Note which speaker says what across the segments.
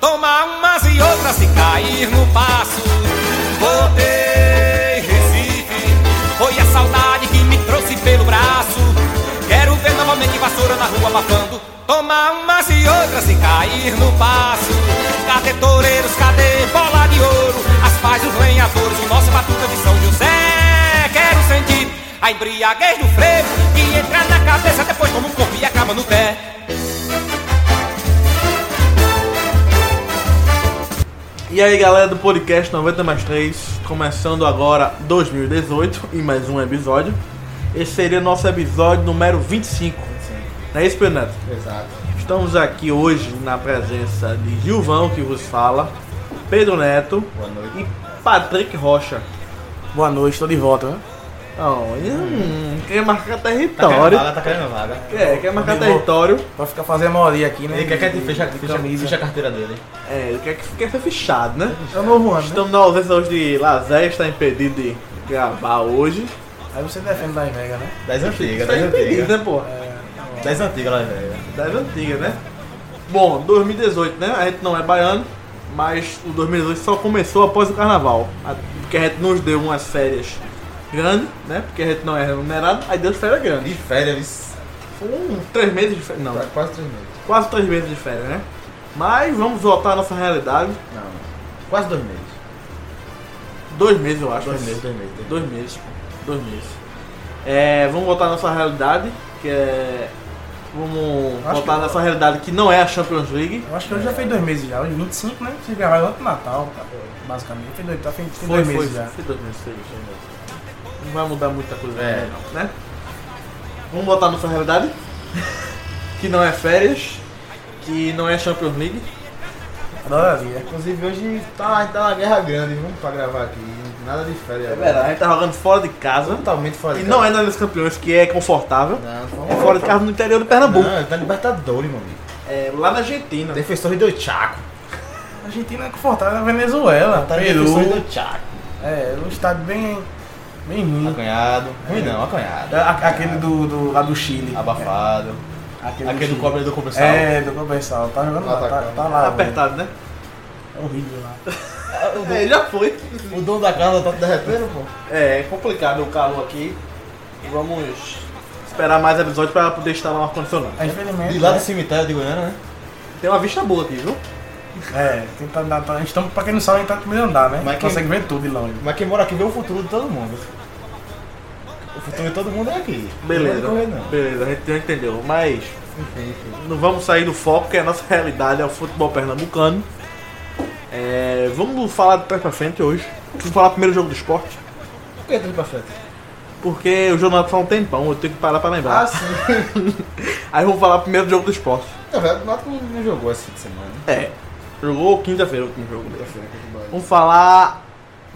Speaker 1: Toma umas e outras se cair no passo. Voltei, Recife. Foi a saudade que me trouxe pelo braço. Quero ver novamente vassoura na rua abafando. Toma umas e outras se cair no passo. Cadê toureiros, cadê bola de ouro? As paz dos lenhadores, o nosso batuta de São José. Quero sentir a embriaguez do frevo que entra na cabeça, depois toma um corpo e acaba no pé.
Speaker 2: E aí galera do podcast 90 mais 3, começando agora 2018 e mais um episódio. Esse seria o nosso episódio número 25. Não é isso, Pedro Neto?
Speaker 3: Exato.
Speaker 2: Estamos aqui hoje na presença de Gilvão, que vos fala, Pedro Neto
Speaker 3: Boa noite.
Speaker 2: e Patrick Rocha.
Speaker 4: Boa noite, tô de volta, né?
Speaker 2: Oh, hum, quer marcar território.
Speaker 3: Tá querendo vaga, tá querendo vaga.
Speaker 2: É, quer marcar
Speaker 4: Amigo.
Speaker 2: território.
Speaker 4: Pra ficar fazendo maioria aqui, né?
Speaker 3: Ele quer que a
Speaker 4: De-
Speaker 3: gente feche a,
Speaker 4: de
Speaker 3: feche a-
Speaker 4: camisa.
Speaker 3: feche a carteira dele.
Speaker 2: É, quer, que- quer ser fechado, né?
Speaker 4: É o novo ano, né?
Speaker 2: Estamos na ausência hoje de Lazé, está impedido de gravar hoje.
Speaker 4: Aí você defende das Vegas, né?
Speaker 3: Das antigas,
Speaker 2: Está
Speaker 3: das
Speaker 2: impedido,
Speaker 3: antigas.
Speaker 2: né, pô?
Speaker 3: tá Das antigas, lá, velho.
Speaker 2: Das antigas, né? Bom, 2018, né? A gente não é baiano, mas o 2018 só começou após o carnaval. A- Porque a gente nos deu umas férias grandes, né? Porque a gente não é remunerado, aí deu férias grandes.
Speaker 3: De férias, vice.
Speaker 2: Foi um, três meses de férias. Não,
Speaker 3: Tá quase três meses.
Speaker 2: quase três meses de férias, né? Mas vamos voltar à nossa realidade.
Speaker 3: Não, quase dois meses.
Speaker 2: Dois meses, eu acho.
Speaker 3: Dois
Speaker 2: mas-
Speaker 3: meses, dois meses.
Speaker 2: Dois meses, pô. Dois meses. É, vamos voltar à nossa realidade, que é. Vamos
Speaker 4: Acho
Speaker 2: voltar à
Speaker 4: que-
Speaker 2: nossa realidade que não é a Champions League.
Speaker 4: Eu acho que hoje já fez dois meses já. Hoje 25, né? Vocês gravaram antes do Natal, tá? basicamente. Fez dois, tá, fez, fez dois meses já.
Speaker 2: Foi dois meses, foi dois meses. Não vai mudar muita coisa,
Speaker 3: É.
Speaker 2: também não, né? Vamos voltar à nossa realidade, que não é férias, que não é Champions League.
Speaker 4: Adoraria.
Speaker 3: Inclusive, hoje tá, a gente tá na guerra grande, vamos pra gravar aqui. Nada de férias.
Speaker 2: É verdade, a gente tá jogando fora de casa.
Speaker 3: Totalmente fora
Speaker 2: E
Speaker 3: de
Speaker 2: não
Speaker 3: casa.
Speaker 2: é na Liga dos Campeões, que é confortável.
Speaker 3: Não, tá
Speaker 2: É fora de casa no interior do Pernambuco.
Speaker 3: Não, tá Libertadores, meu amigo.
Speaker 2: É lá na Argentina.
Speaker 3: Defensores do Chaco.
Speaker 4: A Argentina é confortável na Venezuela,
Speaker 3: Tá
Speaker 4: Peru.
Speaker 3: Defensores do Chaco.
Speaker 4: É, um estado bem. bem ruim.
Speaker 3: Acanhado. Ruim não, acanhado.
Speaker 4: A- a- Aquele do, do. lá do Chile.
Speaker 3: Abafado.
Speaker 4: É, aquele
Speaker 3: Aquele do
Speaker 4: Chile.
Speaker 3: cobre do comercial.
Speaker 4: É, do Comercial. Tá jogando
Speaker 3: Lá
Speaker 4: lá,
Speaker 3: tá
Speaker 4: tá,
Speaker 3: calmo.
Speaker 4: tá lá.
Speaker 2: Tá apertado, né?
Speaker 4: velho. É horrível lá.
Speaker 2: É, já foi.
Speaker 3: O dono da casa tá derretendo, pô.
Speaker 2: É, é complicado o calor aqui. Vamos esperar mais episódios para poder instalar um ar-condicionado.
Speaker 4: Aí, Infelizmente.
Speaker 3: E lá
Speaker 4: né?
Speaker 3: do cemitério de Goiânia, né?
Speaker 2: Tem uma vista boa aqui, viu?
Speaker 4: É, tentar dar. Tá, a gente tá, pra quem não sabe, a gente tá no primeiro andar, né?
Speaker 3: Mas quem-
Speaker 4: Consegue ver tudo de longe.
Speaker 3: Mas quem mora aqui vê o futuro de todo mundo. O futuro de todo mundo é aqui.
Speaker 2: Beleza.
Speaker 3: Não vai correr, não.
Speaker 2: Beleza, a gente já entendeu. Mas
Speaker 3: Enfim, enfim.
Speaker 2: não vamos sair do foco, que a nossa realidade é o futebol pernambucano. É, vamos falar de trás pra frente hoje. Vamos falar primeiro do jogo do esporte.
Speaker 3: Por que entra pra frente?
Speaker 2: Porque o jornal tá um tempão, eu tenho que parar pra
Speaker 3: Ah,
Speaker 2: lembrar.
Speaker 3: sim.
Speaker 2: Aí vamos falar primeiro do jogo do esporte.
Speaker 3: Na verdade, tá o Nato não jogou esse fim de semana. né?
Speaker 2: É. Jogou quinta-feira o último jogo né? dele.
Speaker 3: Quinta-feira contra o Bahia.
Speaker 2: Vamos falar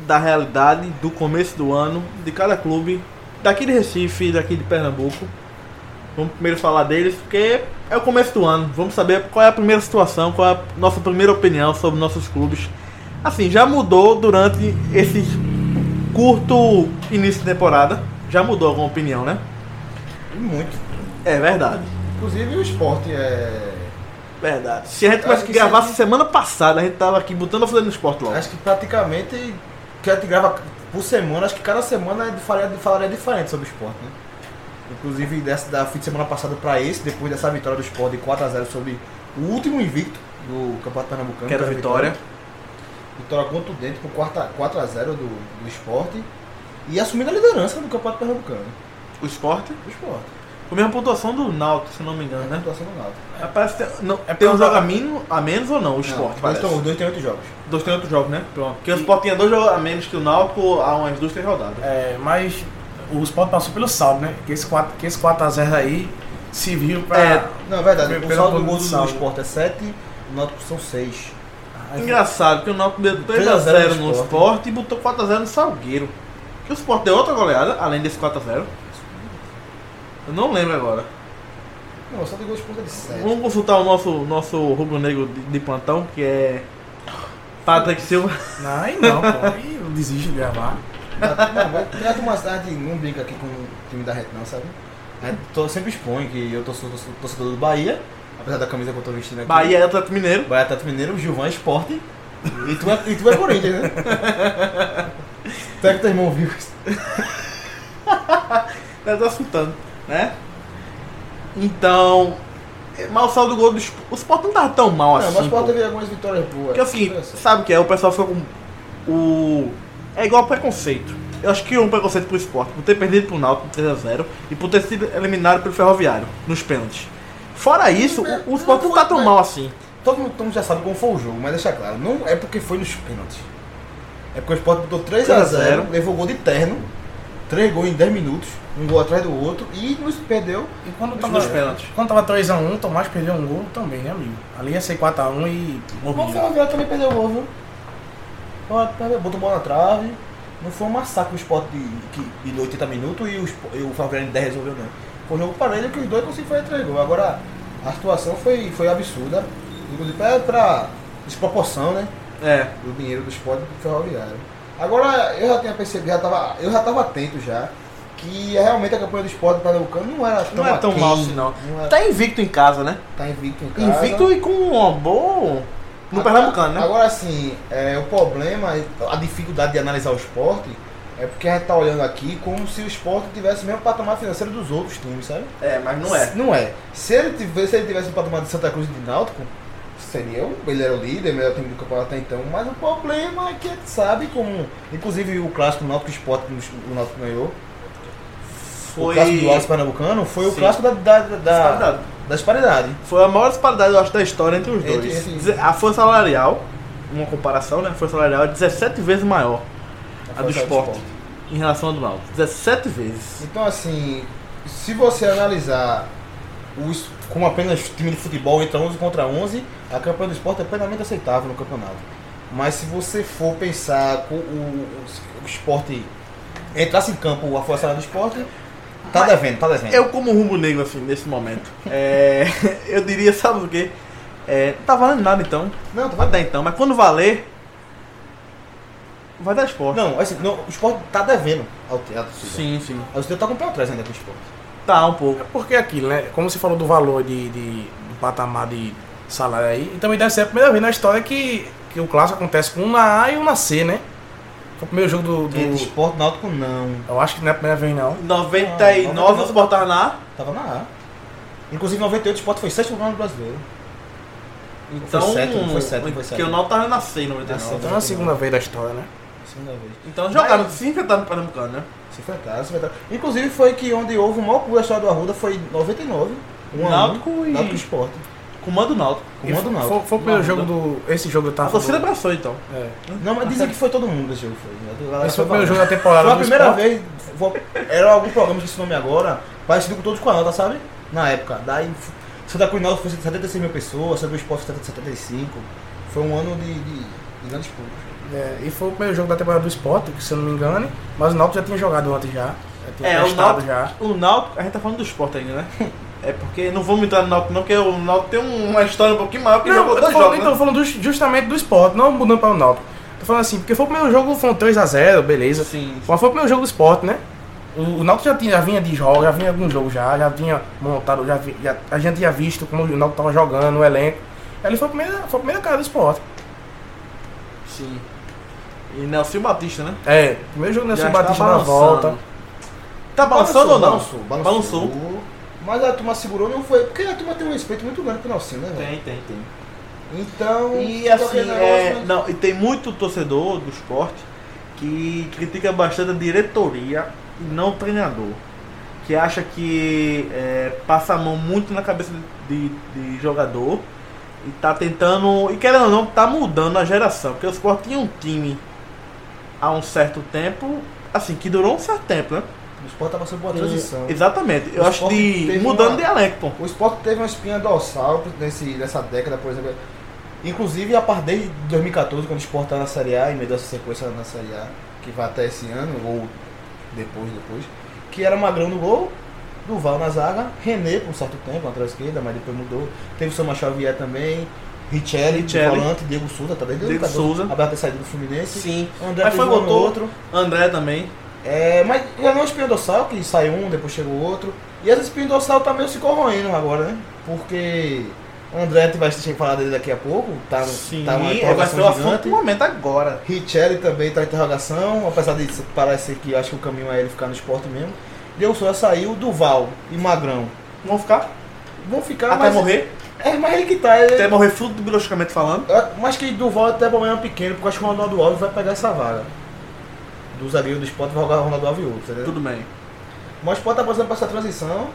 Speaker 2: da realidade do começo do ano de cada clube, daqui de Recife, daqui de Pernambuco. Vamos primeiro falar deles, porque é o começo do ano. Vamos saber qual é a primeira situação, qual é a nossa primeira opinião sobre nossos clubes. Assim, já mudou durante esse curto início de temporada. Já mudou alguma opinião, né?
Speaker 3: E muito.
Speaker 2: É verdade.
Speaker 3: Inclusive o esporte é.
Speaker 2: Verdade. Se a gente
Speaker 3: Acho
Speaker 2: tivesse que
Speaker 3: que
Speaker 2: gravar
Speaker 3: sim.
Speaker 2: semana passada, a gente tava aqui botando a folha no esporte logo.
Speaker 3: Acho que praticamente que a gente grava por semana, acho que cada semana eu falaria, falaria diferente sobre o esporte, né? Inclusive dessa da fim de semana passada pra esse, depois dessa vitória do esporte de 4x0 sobre o último invicto do Campeonato Pernambucano.
Speaker 2: Quero
Speaker 3: que é a
Speaker 2: vitória.
Speaker 3: Vitória contundente por 4x0 do, do esporte. E assumindo a liderança do Campeonato Pernambucano.
Speaker 2: O esporte.
Speaker 3: Do esporte.
Speaker 2: Com a mesma pontuação do Náutico, se não me engano,
Speaker 3: Né?
Speaker 2: né?
Speaker 3: Situação do Náutico.
Speaker 2: Mas Parece que tem, não,
Speaker 4: É
Speaker 2: tem um
Speaker 4: porque
Speaker 2: jogo
Speaker 4: eu-
Speaker 2: a, mino- a menos ou não, o esporte,
Speaker 3: Não,
Speaker 2: parece.
Speaker 3: dois, Os dois têm oito jogos.
Speaker 2: Dois tem outro jogo, né? Pronto. Porque o Sport tinha dois jogos a menos que o Náutico há umas duas, três rodadas.
Speaker 4: É, mas o Sport passou pelo saldo, né? Que esse 4, que esse 4 a 0 aí serviu pra.
Speaker 2: É.
Speaker 3: Não, é verdade.
Speaker 4: Pelo
Speaker 3: O saldo do
Speaker 4: ponto
Speaker 3: gol
Speaker 4: de
Speaker 3: do
Speaker 4: saldo.
Speaker 3: esporte é 7, o Náutico são 6.
Speaker 2: Engraçado, porque o Náutico deu 3x0
Speaker 3: 3x0
Speaker 2: no
Speaker 3: no
Speaker 2: Sport e botou 4x0 no Salgueiro. Que o Sport deu outra goleada, além desse 4x0. Eu não lembro agora.
Speaker 3: Não, o saldo do gol do esporte é de 7.
Speaker 2: Vamos consultar o nosso, nosso rubro-negro de, de plantão, que é Patrick Silva.
Speaker 4: Não, aí não, pô. Aí eu desisto de gravar.
Speaker 3: Não, mas trata uma cidade, não brinca É, aqui com o time da gente não, sabe? A gente to- sempre expõe que eu tô sou- sou torcedor do Bahia Apesar da camisa que eu tô vestindo aqui.
Speaker 2: Bahia é Atlético Mineiro.
Speaker 3: Bahia Atlético Mineiro, Gilvan é Esporte. E tu é, e tu é Corinthians, né? tu é que teu irmão viu isso.
Speaker 2: Ela tá escutando, né? Então. é, Mal saldo do gol do Sport. O Sport não tava tão mal assim.
Speaker 3: Não, mas o Sport
Speaker 2: pô.
Speaker 3: teve algumas vitórias boas.
Speaker 2: Porque é o seguinte, sabe o que é? O pessoal fica com. O. É igual preconceito. Eu acho que é um preconceito pro esporte, por ter perdido pro Náutico 3x0 e por ter sido eliminado pelo Ferroviário nos pênaltis. Fora isso, o, o esporte não tá tão mal assim.
Speaker 3: Todo mundo, todo mundo já sabe como foi o jogo, mas deixa claro, não é porque foi nos pênaltis. É porque o Sport botou 3x0,
Speaker 2: 3x0.
Speaker 3: levou gol de terno, 3 gols em 10 minutos, um gol atrás do outro e nos perdeu.
Speaker 4: E quando
Speaker 2: nos
Speaker 4: tava,
Speaker 2: pênaltis.
Speaker 4: quando tava 3x1, Tomás perdeu um gol também, né, amigo? Ali ia ser 4x1 e.
Speaker 3: Bom, o
Speaker 4: morria.
Speaker 3: Ferroviário também perdeu o gol, viu? Ó, perdeu, Botou bola na trave. Não foi um massacre o Sport de, que- de 80 minutos e o, Spo- e o Ferroviário ainda resolveu, não. Foi um jogo parelho que os dois conseguiram fazer 3 gols. Agora, a situação foi, foi absurda, inclusive pra, pra desproporção, né?
Speaker 2: É.
Speaker 3: do dinheiro do esporte do ferroviário. Agora, eu já tinha percebido, já tava, eu já estava atento já, que realmente a campanha do esporte pernambucano não era tão
Speaker 2: Não é tão
Speaker 3: aquém,
Speaker 2: mal assim, não.
Speaker 3: era- tá,
Speaker 2: Tá invicto em casa, né?
Speaker 3: invicto em casa.
Speaker 2: Invicto e com um bom. No
Speaker 3: Agora-
Speaker 2: Pernambucano, né?
Speaker 3: Agora sim, é, o problema, a dificuldade de analisar o esporte é porque a gente tá olhando aqui como se o esporte tivesse o mesmo patamar financeiro dos outros times, sabe?
Speaker 2: É, mas
Speaker 3: Não é. Se ele tivesse, se ele tivesse o patamar de Santa Cruz e de Náutico, seria o, ele era o líder, o melhor time do campeonato até então. Mas o problema é que ele sabe como. Inclusive o clássico Náutico Sport que o Náutico ganhou. O
Speaker 2: Foi.
Speaker 3: clássico do Alves Pernambucano foi o
Speaker 2: Sim.
Speaker 3: clássico da, da, da,
Speaker 2: Disparidade.
Speaker 3: da disparidade.
Speaker 2: Foi a maior disparidade, eu acho, da história entre os
Speaker 3: Entre
Speaker 2: dois.
Speaker 3: esses-
Speaker 2: Deze- A força salarial, uma comparação, né? A força salarial é 17 vezes maior a do esporte em relação ao do Náutico. 17 vezes.
Speaker 3: Então assim, se você analisar os, como apenas time de futebol entra 11 contra 11, a campanha do esporte é plenamente aceitável no campeonato. Mas se você for pensar com o, o, o esporte entrasse em campo a força do esporte, tá devendo, tá devendo.
Speaker 2: Eu, como rumbo negro, assim, nesse momento, é, eu diria, sabe o quê? É, não tá valendo nada então.
Speaker 3: Não, tá
Speaker 2: Vai
Speaker 3: devendo.
Speaker 2: dar então, mas quando valer, vai dar esporte.
Speaker 3: Não, assim, não, o esporte tá devendo ao teatro.
Speaker 2: Sim, sim.
Speaker 3: O Cida tá com o pé atrás ainda com o esporte.
Speaker 2: Tá um pouco.
Speaker 4: É porque aquilo, né? Como você falou do valor de, de- do patamar de salário aí, e também deve ser a primeira vez na história que, que o clássico acontece com um na A e um na C, né? Foi o primeiro jogo do. do-
Speaker 3: Entre esporte e náutico, não.
Speaker 4: eu acho que não é a primeira vez não.
Speaker 2: 99
Speaker 3: Ah,
Speaker 2: os botaram na A,
Speaker 3: Tava na A. Inclusive, em 98, o esporte foi sexto lugar no brasileiro.
Speaker 2: então.
Speaker 3: sétimo, foi Ah, sétimo, foi
Speaker 2: Porque
Speaker 3: sétimo.
Speaker 2: o Náutico tava na C em 99.
Speaker 4: Então é a segunda vez da história, né?
Speaker 3: Segunda vez.
Speaker 2: Então jogaram, se enfrentaram no Pernambucano, né?
Speaker 3: Se enfrentaram, se enfrentaram. Inclusive foi que onde houve o maior pulo da história do Arruda foi em 99. Um
Speaker 2: Náutico
Speaker 3: ano,
Speaker 2: e-
Speaker 3: Náutico Esporte.
Speaker 2: Comando Náutico.
Speaker 3: Com o mando
Speaker 4: E
Speaker 3: Náutico.
Speaker 4: foi, foi o primeiro jogo do. Esse jogo eu
Speaker 2: A
Speaker 3: Ah,
Speaker 4: tava
Speaker 2: torcida
Speaker 4: falando.
Speaker 2: abraçou então.
Speaker 4: É.
Speaker 3: Não, mas dizem que foi todo mundo esse jogo. Foi, né? Galera,
Speaker 4: Esse foi o
Speaker 3: valendo.
Speaker 4: primeiro jogo da temporada
Speaker 3: Foi a
Speaker 4: do
Speaker 3: primeira
Speaker 4: esporte.
Speaker 3: vez. foi- Era algum programa desse nome agora, parecido com todos com a nota, sabe? Na época. Daí f- Santa Cruz Náutico foi 76 mil pessoas, Santa Cruz Esporte 75. Foi um ano de, de, de grandes pulos.
Speaker 4: É, e foi o primeiro jogo da temporada do esporte, que se eu não me engano, mas o Náutico já tinha jogado antes já. Já tinha
Speaker 2: É, o
Speaker 4: testado
Speaker 2: Náutico,
Speaker 4: já.
Speaker 2: o Náutico, a gente tá falando do esporte ainda, né? É porque não vamos entrar no Náutico não, porque o Náutico tem um- uma história um pouquinho maior que
Speaker 4: Não,
Speaker 2: jogou
Speaker 4: eu tô
Speaker 2: dois
Speaker 4: falando,
Speaker 2: jogos,
Speaker 4: então,
Speaker 2: né?
Speaker 4: tô falando do- justamente do esporte, não mudando para o Náutico. Tô falando assim, porque foi o primeiro jogo, foi um 3x0, beleza.
Speaker 2: Sim.
Speaker 4: Mas foi o primeiro jogo do esporte, né? O, o Náutico já, tinha, já vinha de jogo, já vinha algum jogo já, já tinha montado, já, vi- já- a gente tinha visto como o Náutico tava jogando, o elenco. Ele foi a primeira, foi a primeira cara do esporte.
Speaker 2: Sim. E Nelson Batista, né?
Speaker 4: É, primeiro jogo nesse
Speaker 2: Já está
Speaker 4: Batista na
Speaker 2: balançando.
Speaker 4: volta.
Speaker 2: Tá balançando ou não?
Speaker 3: Balançou, balançou. Mas a turma segurou, não foi. Porque a turma tem um respeito muito grande pro Nelson, né? velho?
Speaker 2: Tem, tem, tem.
Speaker 3: Então.
Speaker 2: E
Speaker 3: fica
Speaker 2: assim,
Speaker 3: aquele
Speaker 2: é,
Speaker 3: negócio, né? mas-
Speaker 2: não, e tem muito torcedor do esporte que critica bastante a diretoria e não o treinador. Que acha que é, passa a mão muito na cabeça de, de jogador e tá tentando. E querendo ou não, tá mudando a geração. Porque o Sport tinha um time há um certo tempo, assim, que durou um certo tempo, né?
Speaker 3: O Sport tá passando por uma transição.
Speaker 2: Exatamente. Eu
Speaker 3: O
Speaker 2: acho
Speaker 3: Sport
Speaker 2: de.
Speaker 3: teve
Speaker 2: mudando
Speaker 3: uma-
Speaker 2: de elenco, pô.
Speaker 3: O Sport teve uma espinha dorsal nesse, nessa década, por exemplo. Inclusive a partir desde 2014, quando o Sport tá na Série A, em meio dessa sequência na Série A, que vai até esse ano, ou depois, depois, que era Magrão no gol, Duval na zaga, René por um certo tempo, lateral esquerda, mas depois mudou. Teve o Soma Xavier também, Richelli,
Speaker 2: Richelli.
Speaker 3: volante, Diego Souza, tá desde o
Speaker 2: Diego
Speaker 3: jogador,
Speaker 2: Souza.
Speaker 3: apesar de ter saído do Fluminense.
Speaker 2: Sim.
Speaker 3: André
Speaker 2: Mas
Speaker 3: foi
Speaker 2: foi
Speaker 3: um
Speaker 2: botou.
Speaker 3: outro.
Speaker 2: André também.
Speaker 3: É, mas já não é um espinho dorsal, que sai um, depois chega o outro. E esse espinho dorsal tá meio se corroendo agora, né? Porque André, tu vai ter que falar dele daqui a pouco. Tá,
Speaker 2: Sim,
Speaker 3: tá uma
Speaker 2: é, vai ser o
Speaker 3: interrogação
Speaker 2: assunto
Speaker 3: gigante.
Speaker 2: do momento agora.
Speaker 3: Richelli também tá em interrogação, apesar de parecer que eu acho que o caminho é ele ficar no esporte mesmo. Diego Souza saiu, Duval e Magrão
Speaker 2: Vão ficar
Speaker 3: vão ficar
Speaker 2: até
Speaker 3: mas-
Speaker 2: morrer.
Speaker 3: É, mas ele que tá. Ele...
Speaker 2: Até morrer futurologicamente falando.
Speaker 3: É, Mas que Duval até problema pequeno, porque eu acho que o Ronaldo Alves vai pegar essa vaga. Do zagueiro do esporte vai jogar Ronaldo Alves e outro, entendeu?
Speaker 2: Tudo bem.
Speaker 3: Mas o esporte tá passando pra essa transição.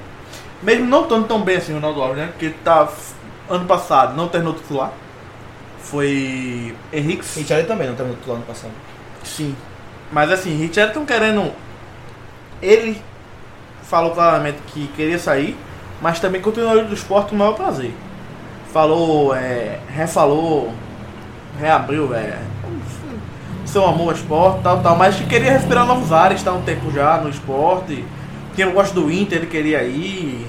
Speaker 2: Mesmo não estando tão bem assim o Ronaldo Alves, né? Porque ele tá f- ano passado, não terminou titular. Foi Henrique.
Speaker 3: Richelli também não tá muito lá no passado.
Speaker 2: Sim. Mas assim, Richard estão querendo. Ele falou claramente que queria sair, mas também continuou do esporte com o maior prazer. Falou, é, refalou, reabriu, é, seu amor ao esporte, tal, tal, mas que queria respirar novos ares, tá um tempo já no esporte. Tinha eu gosto do Inter, ele queria ir.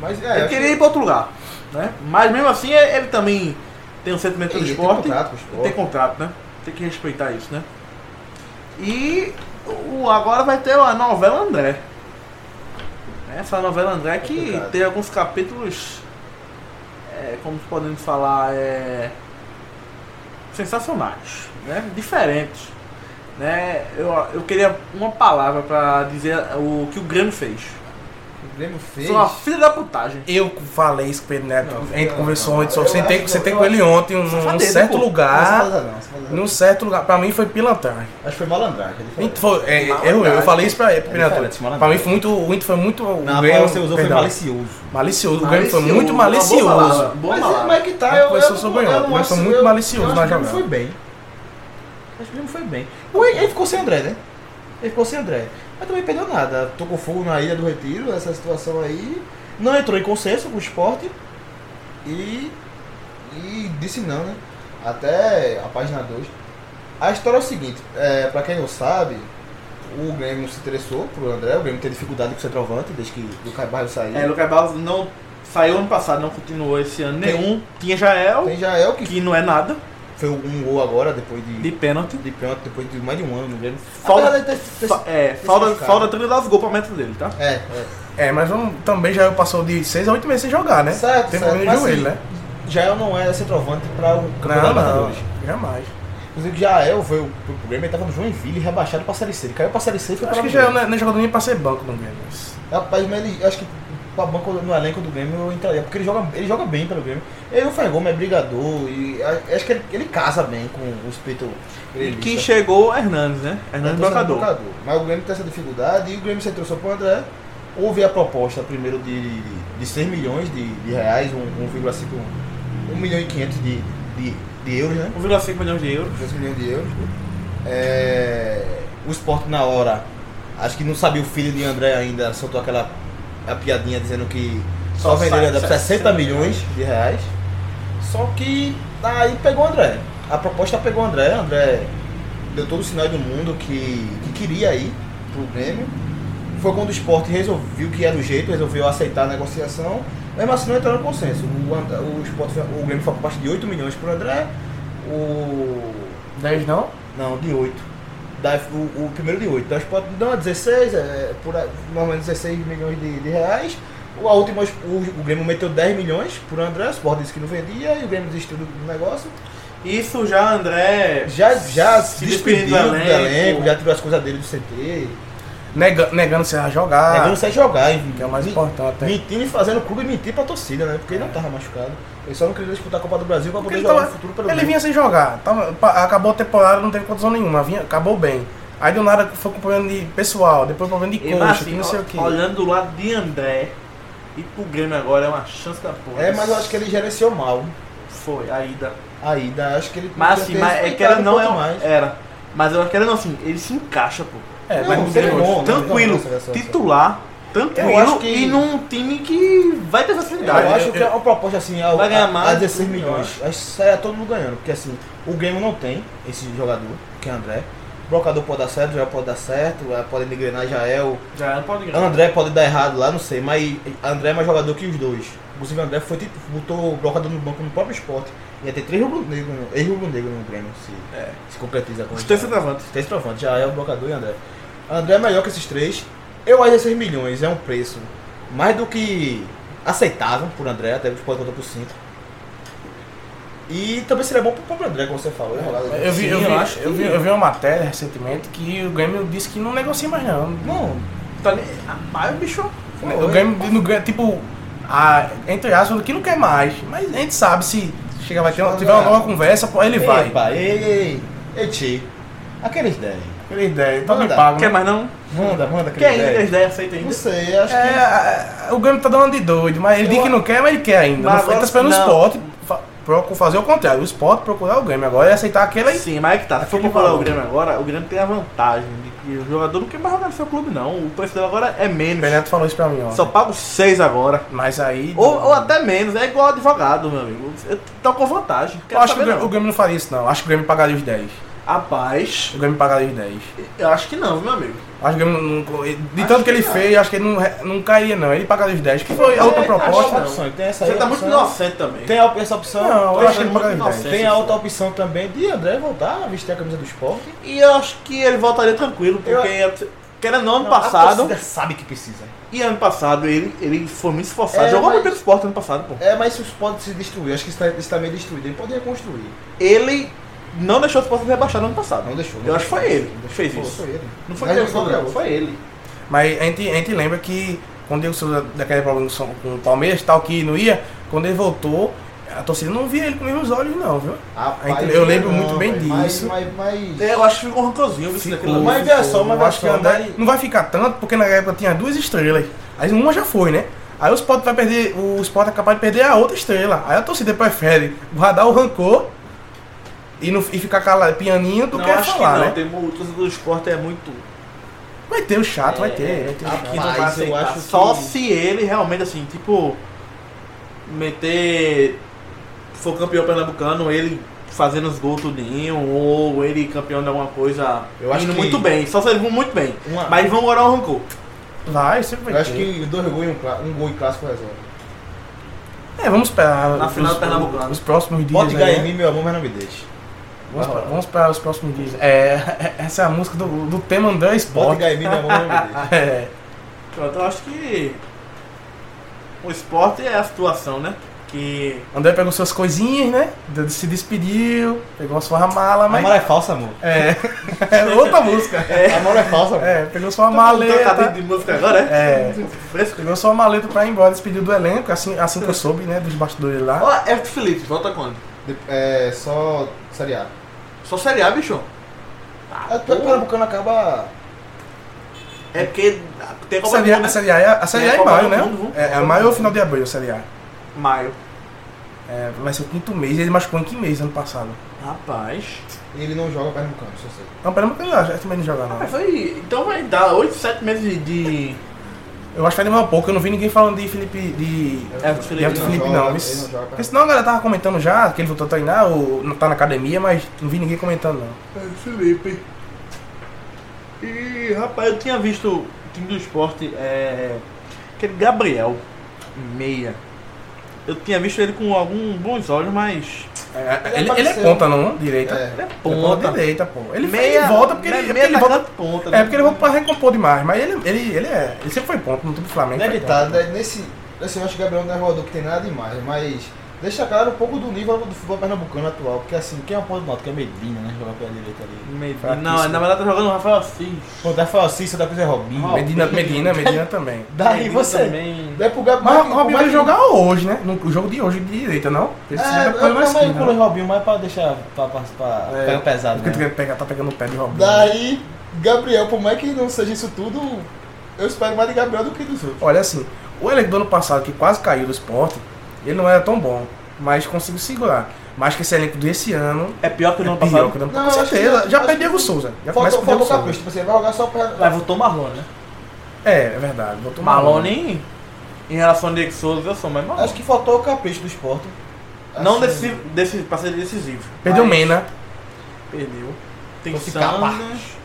Speaker 3: Mas é.
Speaker 2: Ele
Speaker 3: acho
Speaker 2: queria
Speaker 3: que-
Speaker 2: ir pra outro lugar, né? Mas mesmo assim, é- ele também tem um sentimento pelo
Speaker 3: Ele é tem
Speaker 2: esporte.
Speaker 3: contrato com o
Speaker 2: Ele
Speaker 3: esporte.
Speaker 2: tem contrato, né? Tem que respeitar isso, né? E o, agora vai ter a novela André. Essa novela André que
Speaker 3: Complicado.
Speaker 2: tem alguns capítulos, é, como podemos falar, é, sensacionais, né? Diferentes. Né? Eu, eu queria uma palavra pra dizer o que o Grêmio fez.
Speaker 3: O Grêmio fez.
Speaker 2: Sou uma filha da putagem.
Speaker 4: Eu falei isso com o Pedro Neto.
Speaker 3: Não,
Speaker 4: a gente
Speaker 3: não,
Speaker 4: conversou
Speaker 3: não.
Speaker 4: antes sobre.
Speaker 3: Eu
Speaker 4: Sentei,
Speaker 3: acho-
Speaker 4: sentei
Speaker 3: eu
Speaker 4: com ele ontem, num, num
Speaker 2: Safadeza,
Speaker 4: certo
Speaker 2: pô.
Speaker 3: Não,
Speaker 4: lugar.
Speaker 3: não, não, não, não.
Speaker 4: Num certo lugar. Pra mim foi pilantragem.
Speaker 3: Acho que foi malandragem. ele falou.
Speaker 4: Inter foi- é, é, eu, eu falei isso pra ele, pro Pedro Neto.
Speaker 3: diferente, mano.
Speaker 4: Pra mim foi muito. O Inter foi muito. o
Speaker 3: Não,
Speaker 4: Grêmio-
Speaker 3: mas você usou foi
Speaker 4: perdão,
Speaker 3: malicioso.
Speaker 4: malicioso. O Grêmio foi
Speaker 2: Malicioso,
Speaker 4: muito
Speaker 2: uma boa
Speaker 4: malicioso.
Speaker 2: palavra, boa
Speaker 3: Mas,
Speaker 2: palavra.
Speaker 3: é, mas que tá,
Speaker 4: É,
Speaker 3: eu, eu,
Speaker 4: começou sobre
Speaker 3: eu,
Speaker 4: ele,
Speaker 3: não
Speaker 4: começou
Speaker 3: acho-
Speaker 4: muito
Speaker 3: eu-
Speaker 4: malicioso
Speaker 3: eu acho
Speaker 4: na
Speaker 3: que o Grêmio
Speaker 4: jogada.
Speaker 3: foi bem. Acho que o Grêmio foi bem. O- Ele ficou sem André, né? Ele ficou sem André. Mas também perdeu nada. Tocou fogo na Ilha do Retiro, essa situação aí. Não entrou em consenso com o esporte. E. E disse não, né? Até a página 2. A história é o seguinte: é, pra quem não sabe, o Grêmio se interessou pro André. O Grêmio tem dificuldade com o centroavante desde que o Lucas Barros saiu.
Speaker 2: É, Lucas Barros não saiu ano passado, não continuou esse ano
Speaker 3: Tem-
Speaker 2: nenhum. Tinha Jael,
Speaker 3: Tem Jael, que
Speaker 2: que não é nada,
Speaker 3: foi um gol agora depois de.
Speaker 2: de pênalti.
Speaker 3: de pênalti depois de mais de um ano no Grêmio.
Speaker 2: Falta-
Speaker 3: Apesar de ter- ter-
Speaker 2: Fa- É,
Speaker 3: esse
Speaker 2: falta,
Speaker 3: cara.
Speaker 2: falta 39 gols pra meta dele, tá?
Speaker 3: É, é.
Speaker 4: É, mas vamos- também já passou de 6 a 8 meses sem jogar, né?
Speaker 3: Certo,
Speaker 4: Tem
Speaker 3: certo,
Speaker 4: problema
Speaker 3: mas
Speaker 4: de joelho,
Speaker 3: assim,
Speaker 4: né?
Speaker 3: Jael não era centroavante para o
Speaker 4: Não,
Speaker 3: Campeonato
Speaker 4: não,
Speaker 3: Libertadores.
Speaker 4: jamais.
Speaker 3: Inclusive, Jael veio pro pro Grêmio, ele tava no Joinville, rebaixado pra Série C. Ele caiu pra Série C e foi
Speaker 4: Acho
Speaker 3: pra
Speaker 4: que já não é nem jogador nem pra ser banco no Grêmio. mas-
Speaker 2: né?
Speaker 3: Rapaz, mas ele, acho que pra banco no elenco do Grêmio eu entraria, porque ele joga, ele joga bem pelo Grêmio. Ele não faz gol, mas é brigador e a- acho que ele, ele casa bem com o espírito
Speaker 2: E
Speaker 3: gremista.
Speaker 2: quem chegou é Hernandes, né? Hernandes
Speaker 3: Tá torcendo
Speaker 2: blocador.
Speaker 3: pro Mas o Grêmio tem essa dificuldade e o Grêmio se trouxe para o André. Houve a proposta primeiro de, de 100 milhões de, de reais, um- 1,5, 1 milhão e 500 de, de, de euros, né?
Speaker 2: 1,5 milhões de euros.
Speaker 3: 200 milhões de euros. É, o Sport na hora, acho que não sabia o filho de André ainda, soltou aquela a piadinha dizendo que só,
Speaker 2: Só
Speaker 3: venderia
Speaker 2: sai-
Speaker 3: por 60 milhões de reais. Só que aí pegou o André. A proposta pegou o André, André deu todo o sinal do mundo que, que queria ir pro Grêmio. Foi quando o Sport resolveu que era o jeito, resolveu aceitar a negociação. Mesmo assim não entrou no consenso. O, And- o, Sport, o Grêmio foi por parte de 8 milhões pro André. O.
Speaker 4: 10 não?
Speaker 3: Não, de 8. Da, o, o primeiro de 8. Então, acho que pode dar uma 16, é, por, aí, normalmente 16 milhões de, de reais. O, a última, o, o Grêmio meteu 10 milhões por André, o Sport disse que não vendia e o Grêmio desistiu do, do negócio.
Speaker 2: Isso já André
Speaker 3: Já, já se
Speaker 2: se
Speaker 3: despediu do elenco, já tirou as coisas dele do CT.
Speaker 4: Nega, negando se a jogar.
Speaker 3: Negando sai jogar, hein?
Speaker 4: Ah, Que é o mais
Speaker 3: Me-
Speaker 4: importante. né?
Speaker 3: Mentindo e fazendo o clube mentir pra torcida, né? Porque ele não tava machucado. Ele só não queria disputar a Copa do Brasil pra
Speaker 4: Porque
Speaker 3: poder
Speaker 4: ele,
Speaker 3: jogar
Speaker 4: tava-
Speaker 3: no futuro pelo
Speaker 4: ele
Speaker 3: Grêmio.
Speaker 4: vinha sem jogar. Tava- pa- acabou a temporada, não teve condição nenhuma. Vinha, acabou bem. Aí do nada foi com problema de pessoal, depois problema de
Speaker 2: E,
Speaker 4: coxa,
Speaker 2: mas, assim,
Speaker 4: que não sei o que.
Speaker 2: ó, Olhando do lado de André e pro Grêmio agora é uma chance da porra.
Speaker 3: É, mas eu acho que ele gerenciou mal
Speaker 2: Foi, a ida.
Speaker 3: a ida. Acho que ele
Speaker 2: Mas
Speaker 3: podia
Speaker 2: assim,
Speaker 3: ter
Speaker 2: mas é que
Speaker 3: respeitado
Speaker 2: ela não é
Speaker 3: pouco
Speaker 2: um- Era. Mas eu quero não assim, ele se encaixa, pô.
Speaker 4: É,
Speaker 3: Não,
Speaker 4: mas não tem
Speaker 3: seria
Speaker 4: hoje.
Speaker 3: bom. né?
Speaker 2: tranquilo,
Speaker 3: Nossa, nossa, nossa.
Speaker 2: titular,
Speaker 3: Eu acho
Speaker 2: tranquilo
Speaker 3: que-
Speaker 2: e num time que vai ter facilidade.
Speaker 3: Eu
Speaker 4: Cara,
Speaker 3: acho
Speaker 4: eu-
Speaker 3: que é uma proposta assim, a,
Speaker 2: Vai ganhar
Speaker 3: a-
Speaker 2: mais
Speaker 3: a 16
Speaker 2: do que
Speaker 3: milhões. Acho que sai todo mundo ganhando, porque assim, o Grêmio não tem esse jogador, que é André. O brocador pode dar certo, já pode dar certo, eh, pode engrenar Jael.
Speaker 2: Já não pode ganhar.
Speaker 3: André pode dar errado lá, não sei, mas André é mais jogador que os dois. Inclusive André foi tit- botou o brocador no banco no próprio esporte. Ia ter três rubro-negro no, três rubro-negro no Grêmio, se,
Speaker 2: É.
Speaker 3: se concretiza com
Speaker 2: Os
Speaker 3: isso.
Speaker 2: três centroavantes.
Speaker 3: Três trovantes, já é o blocador e André. André é melhor que esses três. Eu acho que 6 milhões é um preço mais do que aceitável por André, até que pode contar por 5. E também seria bom pro próprio André, como você falou. né, Rolado?
Speaker 4: Eu vi, eu,
Speaker 3: Sim,
Speaker 4: vi,
Speaker 3: acho
Speaker 4: eu,
Speaker 3: que-
Speaker 4: vi, eu vi uma matéria recentemente que o Grêmio disse que não negocia mais não.
Speaker 3: Não,
Speaker 2: Tá nem... Rapaz, o bicho.
Speaker 4: O Grêmio não ganha, tipo, a, entre aspas, que não quer mais. Mas a gente sabe se chegar, vai ter uma, tiver uma nova conversa, pô, ele
Speaker 3: Ei,
Speaker 4: vai.
Speaker 3: pai, ei, ei, ei, Ti. Aqueles 10.
Speaker 4: Aquela ideia, tá bem
Speaker 3: Manda.
Speaker 4: pago.
Speaker 2: Quer
Speaker 4: né?
Speaker 2: mais não?
Speaker 3: Manda, manda
Speaker 2: Quer
Speaker 3: aqueles
Speaker 2: ainda?
Speaker 3: 10.
Speaker 2: As 10 aceita ainda?
Speaker 3: é Não sei, acho
Speaker 4: É, a- a- o Grêmio tá dando de doido, mas ele diz que não quer, mas ele quer ainda.
Speaker 2: Mas
Speaker 4: Não, ele
Speaker 2: agora-
Speaker 4: tá esperando o
Speaker 2: não.
Speaker 4: esporte fa- procu- fazer o contrário. O esporte procurar o Grêmio agora e aceitar aquele aí.
Speaker 2: Sim, mas é que tá. Se for
Speaker 4: Aquele
Speaker 2: procurar o
Speaker 4: valor.
Speaker 2: Grêmio agora, o Grêmio tem a vantagem de que o jogador não quer mais jogar no seu clube, não. O preço dele agora é
Speaker 4: O
Speaker 2: menos.
Speaker 4: Beneto né, falou isso pra mim, ó.
Speaker 2: Só pago 6 agora.
Speaker 4: Mas aí.
Speaker 2: Ou, ou até menos, é igual advogado, meu amigo. Eu tô com vantagem.
Speaker 4: Eu
Speaker 2: Quero
Speaker 4: acho que o
Speaker 2: saber,
Speaker 4: Grêmio, o
Speaker 2: não.
Speaker 4: Grêmio não faria isso, não. Acho que o Grêmio pagaria os 10.
Speaker 2: Rapaz,
Speaker 4: O Grêmio pagaria os 10.
Speaker 2: eu acho que não, meu amigo.
Speaker 4: Acho que ele não, de tanto que ele fez, acho que ele não, re- não cairia, não. Ele pagaria os 10, que foi a outra
Speaker 2: É,
Speaker 4: proposta.
Speaker 2: acho
Speaker 3: que tem essa aí.
Speaker 2: Você tá muito
Speaker 3: opção.
Speaker 2: inocente também.
Speaker 3: Tem a- essa opção.
Speaker 4: Não,
Speaker 3: tem,
Speaker 4: eu acho que ele
Speaker 2: muito
Speaker 4: pagaria os 10.
Speaker 2: inocente.
Speaker 3: tem a outra opção também de André voltar a vestir a camisa do esporte.
Speaker 2: E eu acho que ele voltaria tranquilo, porque
Speaker 3: Eu-
Speaker 2: querendo ou não, ano
Speaker 3: A
Speaker 2: passado.
Speaker 3: torcida sabe que precisa.
Speaker 2: E ano passado ele, ele foi muito esforçado.
Speaker 3: É,
Speaker 2: Jogou
Speaker 3: mas-
Speaker 2: muito pelo esporte ano passado, pô.
Speaker 3: É, mas se o esporte se destruir, acho que isso tá, isso tá meio destruído. Ele pode reconstruir.
Speaker 2: Ele não deixou o esporte rebaixar no ano passado.
Speaker 3: Não deixou.
Speaker 2: Eu
Speaker 3: não
Speaker 2: acho que foi
Speaker 3: deixou.
Speaker 2: ele
Speaker 3: Não
Speaker 2: que
Speaker 3: deixou.
Speaker 2: fez
Speaker 3: Pô,
Speaker 2: isso.
Speaker 3: Foi ele.
Speaker 2: Não foi
Speaker 3: Mas
Speaker 2: ele,
Speaker 3: foi
Speaker 2: não,
Speaker 3: ele.
Speaker 2: foi ele.
Speaker 4: Mas a gente, a gente lembra que quando o Diego Souza, daquele problema com- com o Palmeiras, tal, que não ia, quando ele voltou, a torcida não via ele com os mesmos olhos, não, viu?
Speaker 3: Rapaz,
Speaker 4: Então, eu lembro
Speaker 3: não,
Speaker 4: muito bem
Speaker 3: velho, mas-
Speaker 4: disso.
Speaker 3: Mas, mas,
Speaker 2: É, Eu acho que ficou um rancorzinho, viu?
Speaker 4: Ficou.
Speaker 2: daquilo lá.
Speaker 3: Mas veja só, mas
Speaker 4: Eu
Speaker 3: veja
Speaker 4: acho que o
Speaker 3: só.
Speaker 4: André
Speaker 3: mas-
Speaker 4: né? não vai ficar tanto, porque na época tinha duas estrelas. Aí uma já foi, né? Aí o Sport vai perder, o Sport é capaz de perder a outra estrela. Aí a torcida prefere guardar o rancor e, não, e ficar calado, pianinho do
Speaker 2: Não,
Speaker 4: que
Speaker 2: acho
Speaker 4: falar,
Speaker 2: que não.
Speaker 4: né?
Speaker 2: Tem muito- o torcedor do esporte é muito. que
Speaker 4: Vai ter o chato, vai ter. Vai ter o
Speaker 3: a-
Speaker 2: não
Speaker 4: chato.
Speaker 2: vai
Speaker 3: eu
Speaker 2: Então, aceitar.
Speaker 3: acho que-
Speaker 2: Só se ele realmente, assim, tipo. Meter. For campeão pernambucano, ele fazendo os gols tudinho, ou ele campeão de alguma coisa.
Speaker 3: Eu acho
Speaker 2: indo
Speaker 3: que-
Speaker 2: muito bem. Só se eles vão muito bem.
Speaker 3: Uma-
Speaker 2: Mas vão orar o rancor.
Speaker 4: Vai, sempre
Speaker 3: eu
Speaker 4: vai
Speaker 3: acho
Speaker 4: ter.
Speaker 3: que dois gols e um, clá- um gol em clássico resolve.
Speaker 4: É, vamos esperar
Speaker 2: Na final
Speaker 4: os,
Speaker 2: do Pernambucano.
Speaker 4: os próximos dias.
Speaker 3: Pode
Speaker 4: aí,
Speaker 3: ganhar
Speaker 4: né?
Speaker 3: em mim, meu amor, mas não me deixe.
Speaker 4: Vamos, pra- vamos esperar os próximos dias. É, essa é a música do, do tema André
Speaker 3: Pode
Speaker 4: Sport.
Speaker 3: ganhar em mim, meu amor, mas não me deixe.
Speaker 4: É,
Speaker 2: Pronto, eu acho que o esporte é a situação, né? Que
Speaker 4: André pegou suas coisinhas, né? De- Se despediu, pegou sua mala,
Speaker 3: A
Speaker 4: mas.
Speaker 3: mala é falsa, amor.
Speaker 4: É. é outra música.
Speaker 3: A mala é falsa, amor.
Speaker 4: É, pegou sua
Speaker 2: Tô
Speaker 4: maleta.
Speaker 2: acabando de música agora, é?
Speaker 4: É.
Speaker 2: Fresco.
Speaker 4: Pegou sua maleta pra ir embora, despediu do elenco, assim, assim que eu soube, né? Dos bastidores lá.
Speaker 2: Ó, Everton Felipe, volta quando?
Speaker 3: De- É só Série A.
Speaker 2: Só Série A, bicho.
Speaker 3: É, O Pernambucano acaba.
Speaker 2: Ah, É porque tem
Speaker 4: A
Speaker 2: Copa do
Speaker 4: Série
Speaker 2: Mundo,
Speaker 4: A,
Speaker 2: né?
Speaker 4: a Série A, é- a série
Speaker 2: É,
Speaker 4: a é em
Speaker 2: Copa
Speaker 4: maio,
Speaker 2: do
Speaker 4: né?
Speaker 2: Mundo,
Speaker 4: É, é
Speaker 2: Copa do
Speaker 4: maio ou
Speaker 2: Mundo.
Speaker 4: final de abril, a Série A.
Speaker 2: Maio.
Speaker 4: É, vai ser o quinto mês, ele machucou em que mês ano passado?
Speaker 2: Rapaz.
Speaker 3: Ele não joga Pernambucano, só sei.
Speaker 4: Não, pera, mas eu acho que também não joga, não.
Speaker 2: Mas foi. Então vai dar 8, 7 meses de. de...
Speaker 4: Eu acho que vai demorar um pouco, eu não vi ninguém falando de Felipe. É, de.
Speaker 2: Everton
Speaker 4: de Everton
Speaker 2: Felipe.
Speaker 4: Felipe,
Speaker 3: joga,
Speaker 4: não.
Speaker 3: ele
Speaker 4: Isso-
Speaker 3: não joga.
Speaker 4: Porque senão a galera tava comentando já, que ele voltou a treinar, ou não tá na academia, mas não vi ninguém comentando, não.
Speaker 2: Everton Felipe. E rapaz, eu tinha visto o time do esporte, é. Aquele Gabriel, meia. Eu tinha visto ele com alguns bons olhos, mas.
Speaker 4: É,
Speaker 3: Ele
Speaker 4: Ele, ele é
Speaker 3: apareceu.
Speaker 4: ponta, não? Direita.
Speaker 3: É.
Speaker 2: Ele é
Speaker 4: Ele é ponta
Speaker 2: ponta.
Speaker 4: direita, pô. Ele ele volta porque
Speaker 2: meia,
Speaker 4: ele, porque
Speaker 2: meia
Speaker 4: ele volta.
Speaker 2: atacante ponta. né?
Speaker 4: É porque ele volta pra recompor demais, mas ele, ele, ele é. Ele sempre foi ponto no time do Flamengo.
Speaker 3: Não é
Speaker 4: foi
Speaker 3: ditado,
Speaker 4: ponta.
Speaker 3: né? nesse. Assim, eu acho que o Gabriel não é jogador que tem nada demais, mas deixa claro um pouco do nível do futebol pernambucano atual. Porque assim, quem é o ponto do Náutico? Que é Medina, né? Jogar pela direita ali.
Speaker 2: Meio- Não,
Speaker 4: Fraquíssimo.
Speaker 2: na verdade tá jogando o Rafael Assis.
Speaker 3: Pô, da Falcista, da Cruz é Robinho.
Speaker 2: Ó,
Speaker 4: Medina, Medina, Medina também.
Speaker 3: Daí
Speaker 2: Medina
Speaker 3: você.
Speaker 2: Também.
Speaker 3: Daí pro Gabriel.
Speaker 4: Mas o
Speaker 3: pro
Speaker 4: Robinho vai
Speaker 3: Marquinhos-
Speaker 4: jogar hoje, né? No jogo de hoje, de direita, não?
Speaker 3: É,
Speaker 4: Ele se joga
Speaker 3: eu
Speaker 4: pela
Speaker 3: não
Speaker 4: esquerda,
Speaker 3: mais
Speaker 4: né?
Speaker 3: pelo Robinho, mas é pra deixar. pra, pra, pra
Speaker 4: É,
Speaker 3: pegar pesado.
Speaker 4: Porque
Speaker 3: né?
Speaker 4: tu pega- tá pegando o pé de Robinho.
Speaker 3: Daí, Gabriel, por mais que não seja isso tudo, eu espero mais de Gabriel do que dos outros.
Speaker 4: Olha assim, o elenco do ano passado que quase caiu do esporte, ele não era tão bom, mas conseguiu segurar. Mas que esse elenco desse ano
Speaker 2: É pior que o
Speaker 4: é
Speaker 2: ano
Speaker 4: pior
Speaker 2: passado.
Speaker 4: que o ano
Speaker 3: Não,
Speaker 4: passado. Com
Speaker 3: acho que
Speaker 4: certeza,
Speaker 3: não,
Speaker 4: já
Speaker 3: acho
Speaker 4: perdeu
Speaker 3: que
Speaker 4: o Souza. Já começa
Speaker 3: Faltou,
Speaker 4: com o Diego
Speaker 3: faltou
Speaker 4: Souza.
Speaker 3: capricho, tipo assim, vai jogar só pra.
Speaker 2: Mas voltou Marlon, né?
Speaker 4: É, é verdade. Botou o
Speaker 2: Malone, em relação ao Diego Souza, eu sou mais Malone.
Speaker 3: Acho que faltou o capricho do esporte.
Speaker 2: Não
Speaker 3: Assim,
Speaker 2: decisivo, decisivo, pra ser decisivo.
Speaker 4: Perdeu o
Speaker 2: Mas
Speaker 4: Mena.
Speaker 2: Perdeu. Tem
Speaker 3: Tem que
Speaker 2: Sanders,
Speaker 3: capaz.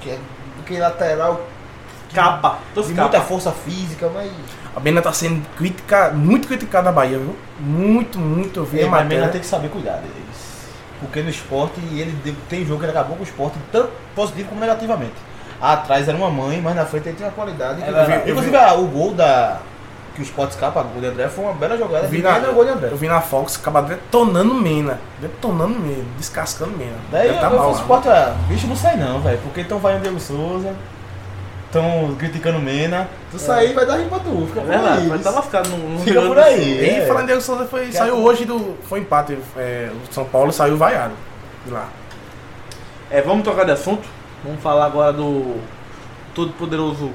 Speaker 3: Que é que lateral
Speaker 2: Capa. Tô
Speaker 3: de
Speaker 2: se
Speaker 3: muita
Speaker 2: capa.
Speaker 3: força física, mas.
Speaker 4: A Mena tá sendo critica, muito criticada na Bahia, viu? Muito, muito. Eu vi
Speaker 3: É,
Speaker 4: a
Speaker 3: mas Mena
Speaker 4: matéria.
Speaker 3: tem que saber cuidar deles. Porque no esporte, ele deu- tem jogo que ele acabou com o esporte, tanto positivo como negativamente. Atrás era uma mãe, mas na frente ele tem uma qualidade. que-
Speaker 2: Ela-
Speaker 3: Inclusive, a- o gol da, que o Sport escapa, gol de André, foi uma bela jogada.
Speaker 4: Eu vi,
Speaker 3: de
Speaker 4: na,
Speaker 3: pena, é gol de André.
Speaker 4: eu vi na Fox acaba detonando Mena. Detonando Mena, descascando Mena.
Speaker 3: Daí
Speaker 4: Deve
Speaker 3: eu,
Speaker 4: tá
Speaker 3: eu
Speaker 4: mal
Speaker 3: falo,
Speaker 4: lá.
Speaker 3: Sport, ah, bicho, não sai não, velho. Porque então vai o Diego Souza, estão criticando o Mena. Tu sair vai dar ripa tu, fica
Speaker 2: É
Speaker 3: por
Speaker 2: verdade,
Speaker 3: aí.
Speaker 2: mas tá lascado no, no
Speaker 3: Fica por aí.
Speaker 4: E
Speaker 3: é.
Speaker 4: falando em Diego Souza, foi,
Speaker 3: Que é.
Speaker 4: saiu
Speaker 3: a-
Speaker 4: hoje do. Foi empate. é, o São Paulo saiu vaiado de lá.
Speaker 2: É, vamos trocar de assunto. Vamos falar agora do todo poderoso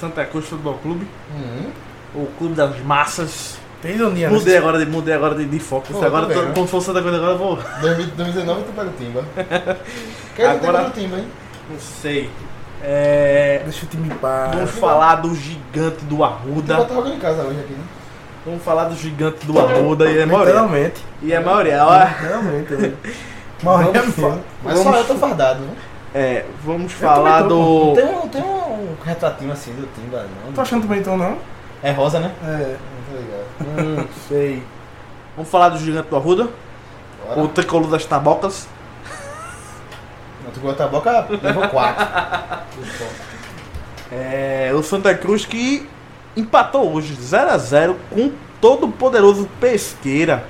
Speaker 2: Santa Cruz Futebol Clube,
Speaker 3: Uhum.
Speaker 2: o clube das massas.
Speaker 4: Tem ironia, né?
Speaker 2: Mudei agora de, mudei agora de, de foco.
Speaker 3: É, Pô,
Speaker 2: agora,
Speaker 3: tudo
Speaker 2: tô,
Speaker 3: bem, né?
Speaker 2: como for Santa Cruz agora, eu vou.
Speaker 3: 2019 tu pega o Timba. Quer dizer,
Speaker 2: Agora-
Speaker 3: pega o Timba, hein?
Speaker 2: Não sei. É,
Speaker 4: Deixa o time em
Speaker 3: Ah,
Speaker 4: paz.
Speaker 2: vamos falar do gigante do
Speaker 3: O Timba
Speaker 2: Arruda.
Speaker 3: tá jogando em casa hoje aqui, né?
Speaker 2: Vamos falar do gigante do Arruda e é maioria.
Speaker 4: Literalmente.
Speaker 2: E é maioria. ó.
Speaker 4: Literalmente. né? Mas é
Speaker 3: Vamos fa-
Speaker 4: mesmo.
Speaker 3: Mas só
Speaker 2: Vamos-
Speaker 3: eu tô fardado, né?
Speaker 2: É, vamos falar
Speaker 4: tô,
Speaker 2: do.
Speaker 3: Tem um, tem um retratinho assim do Timba, não.
Speaker 4: Tô achando bonitão, não?
Speaker 3: É rosa, né?
Speaker 4: É.
Speaker 3: Não tô ligado.
Speaker 2: Hum, sei. Vamos falar do gigante do Arruda,
Speaker 3: Bora.
Speaker 2: o tricolor das tabocas.
Speaker 3: Não, tu botou a boca, levou 4.
Speaker 2: É, o Santa Cruz que empatou hoje 0 a 0 com todo o poderoso Pesqueira.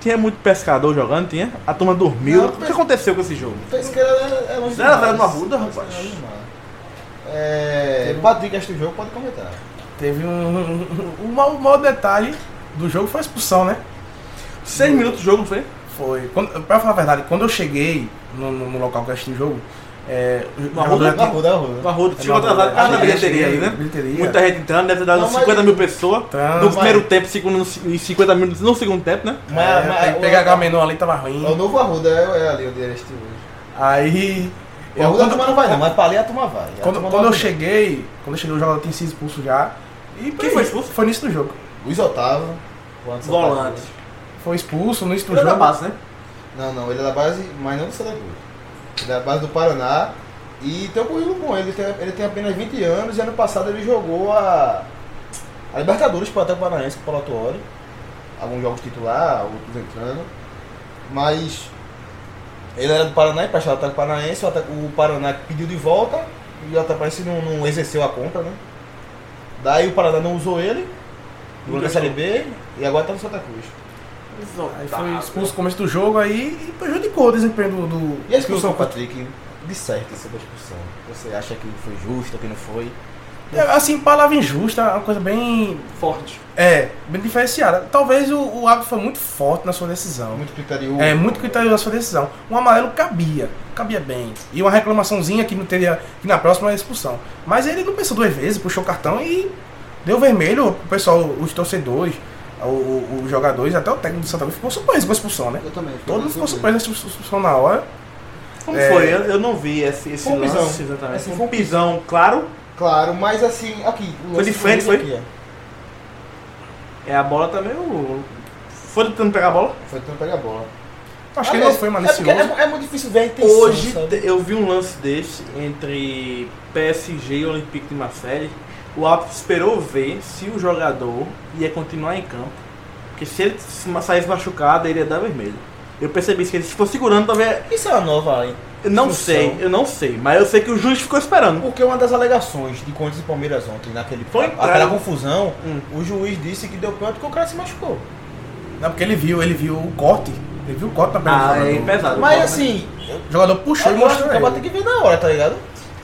Speaker 2: Tinha muito pescador jogando, tinha? A turma dormiu.
Speaker 3: Não,
Speaker 2: o que
Speaker 3: pes-
Speaker 2: aconteceu com esse jogo?
Speaker 3: Pesqueira é, é longe
Speaker 2: Zero a
Speaker 3: demais.
Speaker 2: zero no Arruda, rapaz.
Speaker 3: Pesqueira é longe demais. É, bate que acha do jogo, pode comentar.
Speaker 4: Teve um. O mau, mau detalhe do jogo foi a expulsão, né?
Speaker 2: Seis minutos de jogo, não foi?
Speaker 4: Foi. Quando, pra falar a verdade, quando eu cheguei no, no- no local que eu assisti o jogo, é, o jogador
Speaker 3: Arruda,
Speaker 4: já tinha-
Speaker 3: Arruda, Arruda.
Speaker 2: O Arruda
Speaker 4: É,
Speaker 2: chegou
Speaker 4: não,
Speaker 2: atrasado por causa da
Speaker 4: cheguei,
Speaker 2: bilheteria aí,
Speaker 4: cheguei,
Speaker 2: né?
Speaker 4: Bilheteria.
Speaker 2: Muita gente entrando, deve ter dado
Speaker 3: Não,
Speaker 2: uns
Speaker 3: mas-
Speaker 2: 50 mil pessoas.
Speaker 4: Então,
Speaker 2: no
Speaker 4: mas-
Speaker 2: primeiro tempo, segundo, em 50 minutos, no segundo tempo, né?
Speaker 3: Mas,
Speaker 4: É,
Speaker 3: mas-
Speaker 4: pe- pegar
Speaker 3: o,
Speaker 4: a menor ali tava ruim.
Speaker 3: o novo Arruda é, é ali onde ele este hoje.
Speaker 4: Aí.
Speaker 3: O Arruda a
Speaker 4: quando-
Speaker 3: turma não vai não, mas pra ali a turma vai. A
Speaker 4: Quando,
Speaker 3: turma
Speaker 4: quando
Speaker 3: não
Speaker 4: eu
Speaker 3: vai.
Speaker 4: cheguei, quando eu cheguei o jogador tinha sido expulso já. E
Speaker 2: Quem foi expulso?
Speaker 4: Foi no início do jogo.
Speaker 3: Luiz Otávio. o Anderson
Speaker 2: Volante.
Speaker 3: Otávio.
Speaker 4: Foi expulso no início do
Speaker 2: Era da
Speaker 4: jogo.
Speaker 2: base, né?
Speaker 3: Não, não, ele é da base, mas não do Santa Cruz. Ele é da base do Paraná. E tem um currículo bom, ele tem, ele tem apenas 20 anos e ano passado ele jogou a, a Libertadores para o Atlético Paranaense com o Paulo Autuori. Alguns jogos titular, outros entrando. Mas ele era do Paraná, emprestado ao Atlético Paranaense, o, Atlético- o Paraná pediu de volta e o Atlético Paranaense não, não exerceu a compra, né? Daí o Paraná não usou ele durante a Série B e agora está no Santa Cruz.
Speaker 4: Aí
Speaker 2: Tá,
Speaker 4: foi expulso no começo do jogo aí e prejudicou o desempenho do. do
Speaker 3: E a expulsão,
Speaker 4: do-
Speaker 3: Patrick? Disserte sobre a expulsão. Você acha que foi justa, que não foi?
Speaker 4: É, assim, palavra injusta, uma coisa bem.
Speaker 2: Forte.
Speaker 4: É, bem diferenciada. Talvez o, o árbitro foi muito forte na sua decisão.
Speaker 3: Muito criterioso.
Speaker 4: É, muito criterioso na sua decisão. Um amarelo cabia, cabia bem. E uma reclamaçãozinha que não teria. que na próxima era expulsão. Mas ele não pensou duas vezes, puxou o cartão e deu vermelho o pessoal, os torcedores, o- o- os jogadores, até o técnico do Santa Cruz ficou surpreso com a expulsão, né?
Speaker 3: Eu também.
Speaker 4: Todo mundo ficou surpreso com a expulsão na hora.
Speaker 2: Como
Speaker 4: É.
Speaker 2: foi? Eu, eu não vi esse, esse
Speaker 3: Foi um
Speaker 2: lance
Speaker 3: pisão.
Speaker 2: exatamente.
Speaker 3: Assim,
Speaker 2: Foi
Speaker 3: foi
Speaker 2: um
Speaker 3: um
Speaker 2: pisão, claro.
Speaker 3: Claro, mas assim, aqui. o lance
Speaker 2: Foi de frente,
Speaker 3: do
Speaker 2: foi?
Speaker 3: lance aqui,
Speaker 2: É, a bola tá meio. Foi tentando pegar a bola?
Speaker 3: ó. Foi tentando pegar a bola.
Speaker 4: Acho que ele não foi malicioso.
Speaker 3: É, porque é- é muito difícil ver a intenção.
Speaker 2: Hoje
Speaker 3: sabe?
Speaker 2: te- eu vi um lance desse entre PSG e Olympique de Marseille. O árbitro esperou ver se o jogador ia continuar em campo. Porque se ele se ma- saísse machucado, ele ia dar vermelho. Eu percebi isso, que ele ficou segurando, talvez.
Speaker 3: Isso é uma nova hein?
Speaker 2: Eu não
Speaker 3: Função.
Speaker 2: sei, eu não sei. Mas eu sei que o juiz ficou esperando.
Speaker 3: Porque uma das alegações de Corinthians e Palmeiras ontem, naquele
Speaker 2: Foi
Speaker 3: aquela
Speaker 2: entrada.
Speaker 3: confusão,
Speaker 2: Hum.
Speaker 3: o juiz disse que deu pênalti porque o cara se machucou.
Speaker 4: Não, porque ele viu, ele viu o corte. Ele viu o corte na perna
Speaker 2: Ah,
Speaker 4: do
Speaker 2: é
Speaker 4: jogador.
Speaker 2: pesado.
Speaker 3: Mas assim,
Speaker 4: O jogador puxou
Speaker 3: É, eu
Speaker 4: e
Speaker 3: acho que
Speaker 4: mostrou.
Speaker 2: né?
Speaker 3: o cara tem
Speaker 4: ele.
Speaker 3: que ver na hora, tá ligado?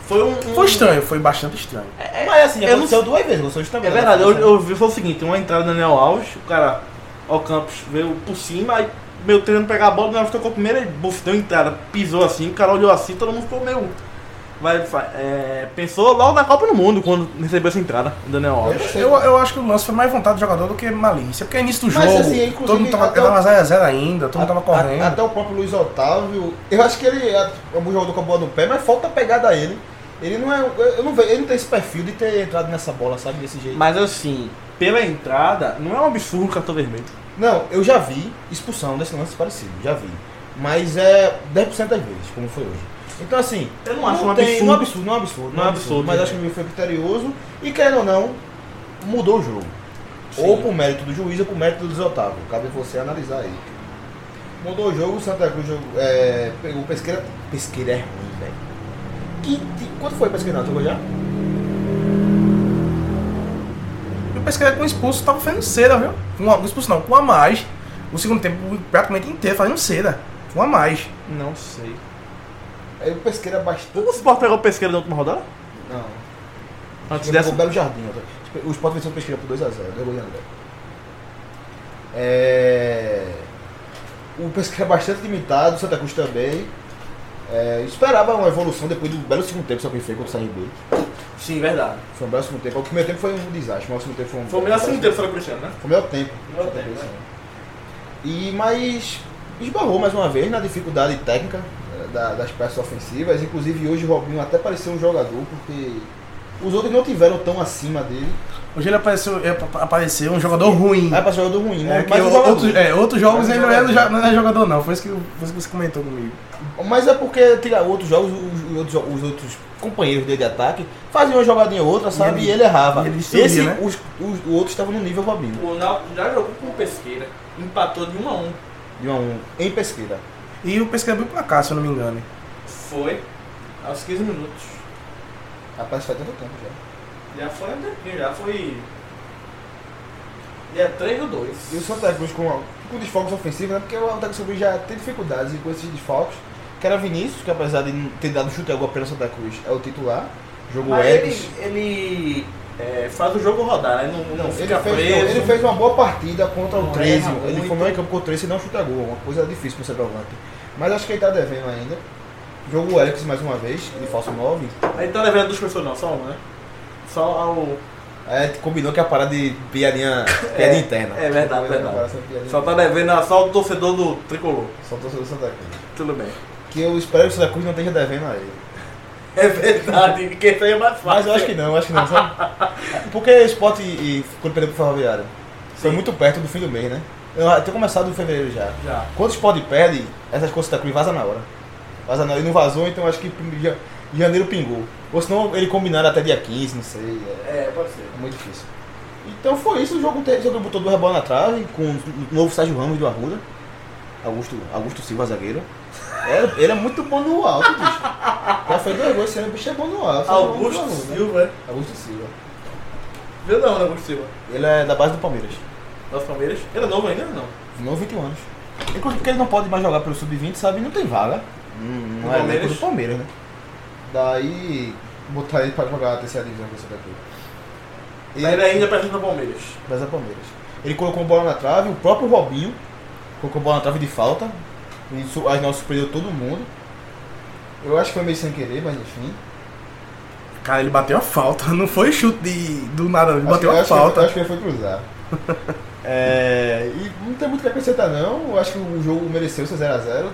Speaker 2: foi um. um-
Speaker 4: Foi estranho, foi bastante estranho.
Speaker 3: Mas assim,
Speaker 2: É, eu não
Speaker 3: aconteceu duas vezes, vocês também. né?
Speaker 2: É verdade, eu, eu vi foi o seguinte, uma entrada do Daniel Alves, o cara, ó Campos, veio por cima, aí meu treino pegar a bola, o Daniel Alves tocou primeiro, ele buf, deu entrada, pisou assim, o cara olhou assim, todo mundo ficou meio. Vai, fa- é, pensou logo na Copa do Mundo quando recebeu essa entrada, o Daniel Alves.
Speaker 3: sei.
Speaker 4: Eu, eu acho que o lance foi mais vontade do jogador do que malícia, porque é início do
Speaker 3: Mas,
Speaker 4: jogo.
Speaker 3: assim, inclusive,
Speaker 4: todo mundo tava,
Speaker 3: até o-
Speaker 4: tava 0x0 ainda, todo mundo tava
Speaker 3: A-
Speaker 4: correndo.
Speaker 3: a- até o próprio Luiz Otávio, eu acho que ele é é um jogador com a bola no pé, mas falta pegada a ele. Ele não é. Eu não vejo, ele não tem esse perfil de ter entrado nessa bola, sabe, desse jeito.
Speaker 2: Mas assim, pela entrada, não é um absurdo o cartão vermelho.
Speaker 3: Não, eu já vi expulsão desse lance parecido, já vi. Mas é 10% das vezes, como foi hoje. Então assim,
Speaker 2: Eu não acho um
Speaker 3: tem-
Speaker 2: absurdo.
Speaker 3: Não é absurdo, não é absurdo, não é absurdo. Mas
Speaker 2: né?
Speaker 3: acho que foi criterioso e querendo ou não, mudou o jogo. Ou por mérito do juiz ou por mérito do Luiz Otávio. Cabe você analisar aí. Mudou o jogo, o Santa Cruz jogou- é, pegou o Pesqueira. Pesqueira é ruim, velho. Que, que, quanto foi o Pesqueira? Jogou já?
Speaker 4: E o Pesqueira com um expulso tava fazendo cera, viu? Com a, expulso não, com um a mais. O segundo tempo praticamente inteiro fazendo cera. Com um a mais.
Speaker 5: Não sei.
Speaker 3: Aí o pesqueira bastante.
Speaker 5: O Sport pegou o pesqueiro na última rodada?
Speaker 3: Não.
Speaker 5: Antes
Speaker 3: Ele
Speaker 5: dessa.
Speaker 3: pegou o Tipo, Belo Jardim. né? Tipo, outra- O Sport venceu o Pesqueira por 2x0. Deu gol de André. É... O Pesqueira é bastante limitado, o Santa Cruz também. É, Esperava uma evolução depois do belo segundo tempo, só que ele fez contra o CRB.
Speaker 5: Sim, verdade.
Speaker 3: Foi um belo segundo tempo. O primeiro tempo foi um desastre, mas o segundo tempo foi um.
Speaker 5: foi o Cristiano, né?
Speaker 3: Foi o melhor tempo.
Speaker 5: Melhor tempo, né?
Speaker 3: E mas esbarrou mais uma vez na dificuldade técnica eh, da- das peças ofensivas. Inclusive hoje o Robinho até pareceu um jogador, porque os outros não tiveram tão acima dele.
Speaker 4: Hoje ele apareceu, ele apa- apareceu um jogador ruim.
Speaker 3: Aí passou jogador ruim,
Speaker 4: É,
Speaker 3: né?
Speaker 4: que
Speaker 3: mas,
Speaker 4: o-
Speaker 3: um jogador.
Speaker 4: outros, é, outros jogos
Speaker 3: Mas
Speaker 4: ele
Speaker 3: um
Speaker 4: não é,
Speaker 3: jogador.
Speaker 4: não é jogador não, foi isso que, foi isso que você comentou comigo.
Speaker 3: Mas é porque tira outros jogos, os, os outros, jo- os outros companheiros dele de ataque faziam uma jogadinha ou outra, sabe? E
Speaker 4: ele-
Speaker 3: ele, errava.
Speaker 4: e ele destruía,
Speaker 3: Esse,
Speaker 4: né?
Speaker 3: os, os, o outro estava no nível Robinho,
Speaker 2: O Náutico já jogou com o Pesqueira, empatou de 1 a 1
Speaker 3: de uma um, em pesqueira.
Speaker 4: E o Pesqueira abriu pra cá, se eu não me engano.
Speaker 2: Foi aos 15 minutos.
Speaker 3: Rapaz, faz tanto tempo já.
Speaker 2: Já foi um tempinho, já foi. Dia 3 ou 2.
Speaker 3: E o Santa Cruz com, com desfalques ofensivos, né? Porque o Santa Cruz já tem dificuldades e com esses desfalques, que era Vinícius, que apesar de não ter dado chute a gol pelo Santa Cruz, é o titular. Jogou
Speaker 2: Mas
Speaker 3: Eric.
Speaker 2: ele, ele é, faz o jogo rodar, né? Não, não,
Speaker 3: Ele
Speaker 2: fica
Speaker 3: fez,
Speaker 2: preso.
Speaker 3: ele fez uma boa partida contra o
Speaker 2: Não
Speaker 3: 13.
Speaker 2: erra
Speaker 3: Ele
Speaker 2: muito.
Speaker 3: foi meio em campo com o 13 e não chuta gol. Uma coisa difícil para o centroavante. Mas acho que ele tá devendo ainda. Jogou o Alex mais uma vez, de falso 9.
Speaker 2: Ele tá levando duas pessoas, não, só uma, né? Só ao.
Speaker 3: É, combinou que é a parada de piadinha, piada interna.
Speaker 2: é verdade,
Speaker 3: Combinou que a
Speaker 2: verdade.
Speaker 3: parada de piadinha
Speaker 2: Só tá devendo a- só o torcedor do tricolor.
Speaker 3: interna. Só torcedor do Santa Cruz.
Speaker 2: Tudo bem.
Speaker 3: Que eu espero que o Santa Cruz não esteja devendo a ele.
Speaker 2: É verdade, quem fez é mais fácil.
Speaker 3: Mas eu acho que não, eu acho que não. Sabe? Porque o Sport e, e quando perdeu pro Ferroviário foi muito perto do fim do mês, né? Eu tenho começado em fevereiro já.
Speaker 2: Já.
Speaker 3: Quando o Sport perde, essas coisas da Cruz vaza na hora. Vaza na hora. E não vazou, então acho que em ja- em janeiro pingou. Ou senão ele combinaram até dia 15, não sei. É,
Speaker 2: É, pode ser.
Speaker 3: é muito difícil. Então foi isso, o jogo teve, o jogo botou duas rebolas na trave, com o novo Sérgio Ramos do Arruda. Augusto, Augusto Silva, zagueiro. É, ele é muito bom no alto, bicho. Já foi dois gols, esse ano o bicho é bom no alto. Sérgio
Speaker 2: Augusto
Speaker 3: Ramos do Arruda. né?
Speaker 2: Silva.
Speaker 3: Augusto Silva.
Speaker 2: Meu não, né, Augusto Silva?
Speaker 3: Ele é da base do Palmeiras.
Speaker 2: Nosso Palmeiras. Ele é novo ainda ou não?
Speaker 3: Novo 21 anos. Inclusive porque ele não pode mais jogar pelo Sub-20, sabe? Não tem vaga. Não
Speaker 2: No
Speaker 3: é
Speaker 2: Palmeiras?
Speaker 3: elenco do Palmeiras, né? Daí botar ele pra jogar a terceira divisão com essa daqui.
Speaker 2: Ele ainda apresenta o Palmeiras.
Speaker 3: Mas é Palmeiras. Ele colocou bola na trave, o próprio Robinho colocou bola na trave de falta. Um Isso as nossas surpreendeu todo mundo. Eu acho que foi meio sem querer, mas enfim.
Speaker 4: Cara, ele bateu a falta, não foi chute de, do nada, ele
Speaker 3: Acho
Speaker 4: bateu
Speaker 3: que-
Speaker 4: a
Speaker 3: acho que-
Speaker 4: falta.
Speaker 3: acho que ele foi cruzar. É, e não tem muito o que acrescentar, não. Eu acho que o jogo mereceu ser 0x0.
Speaker 4: É.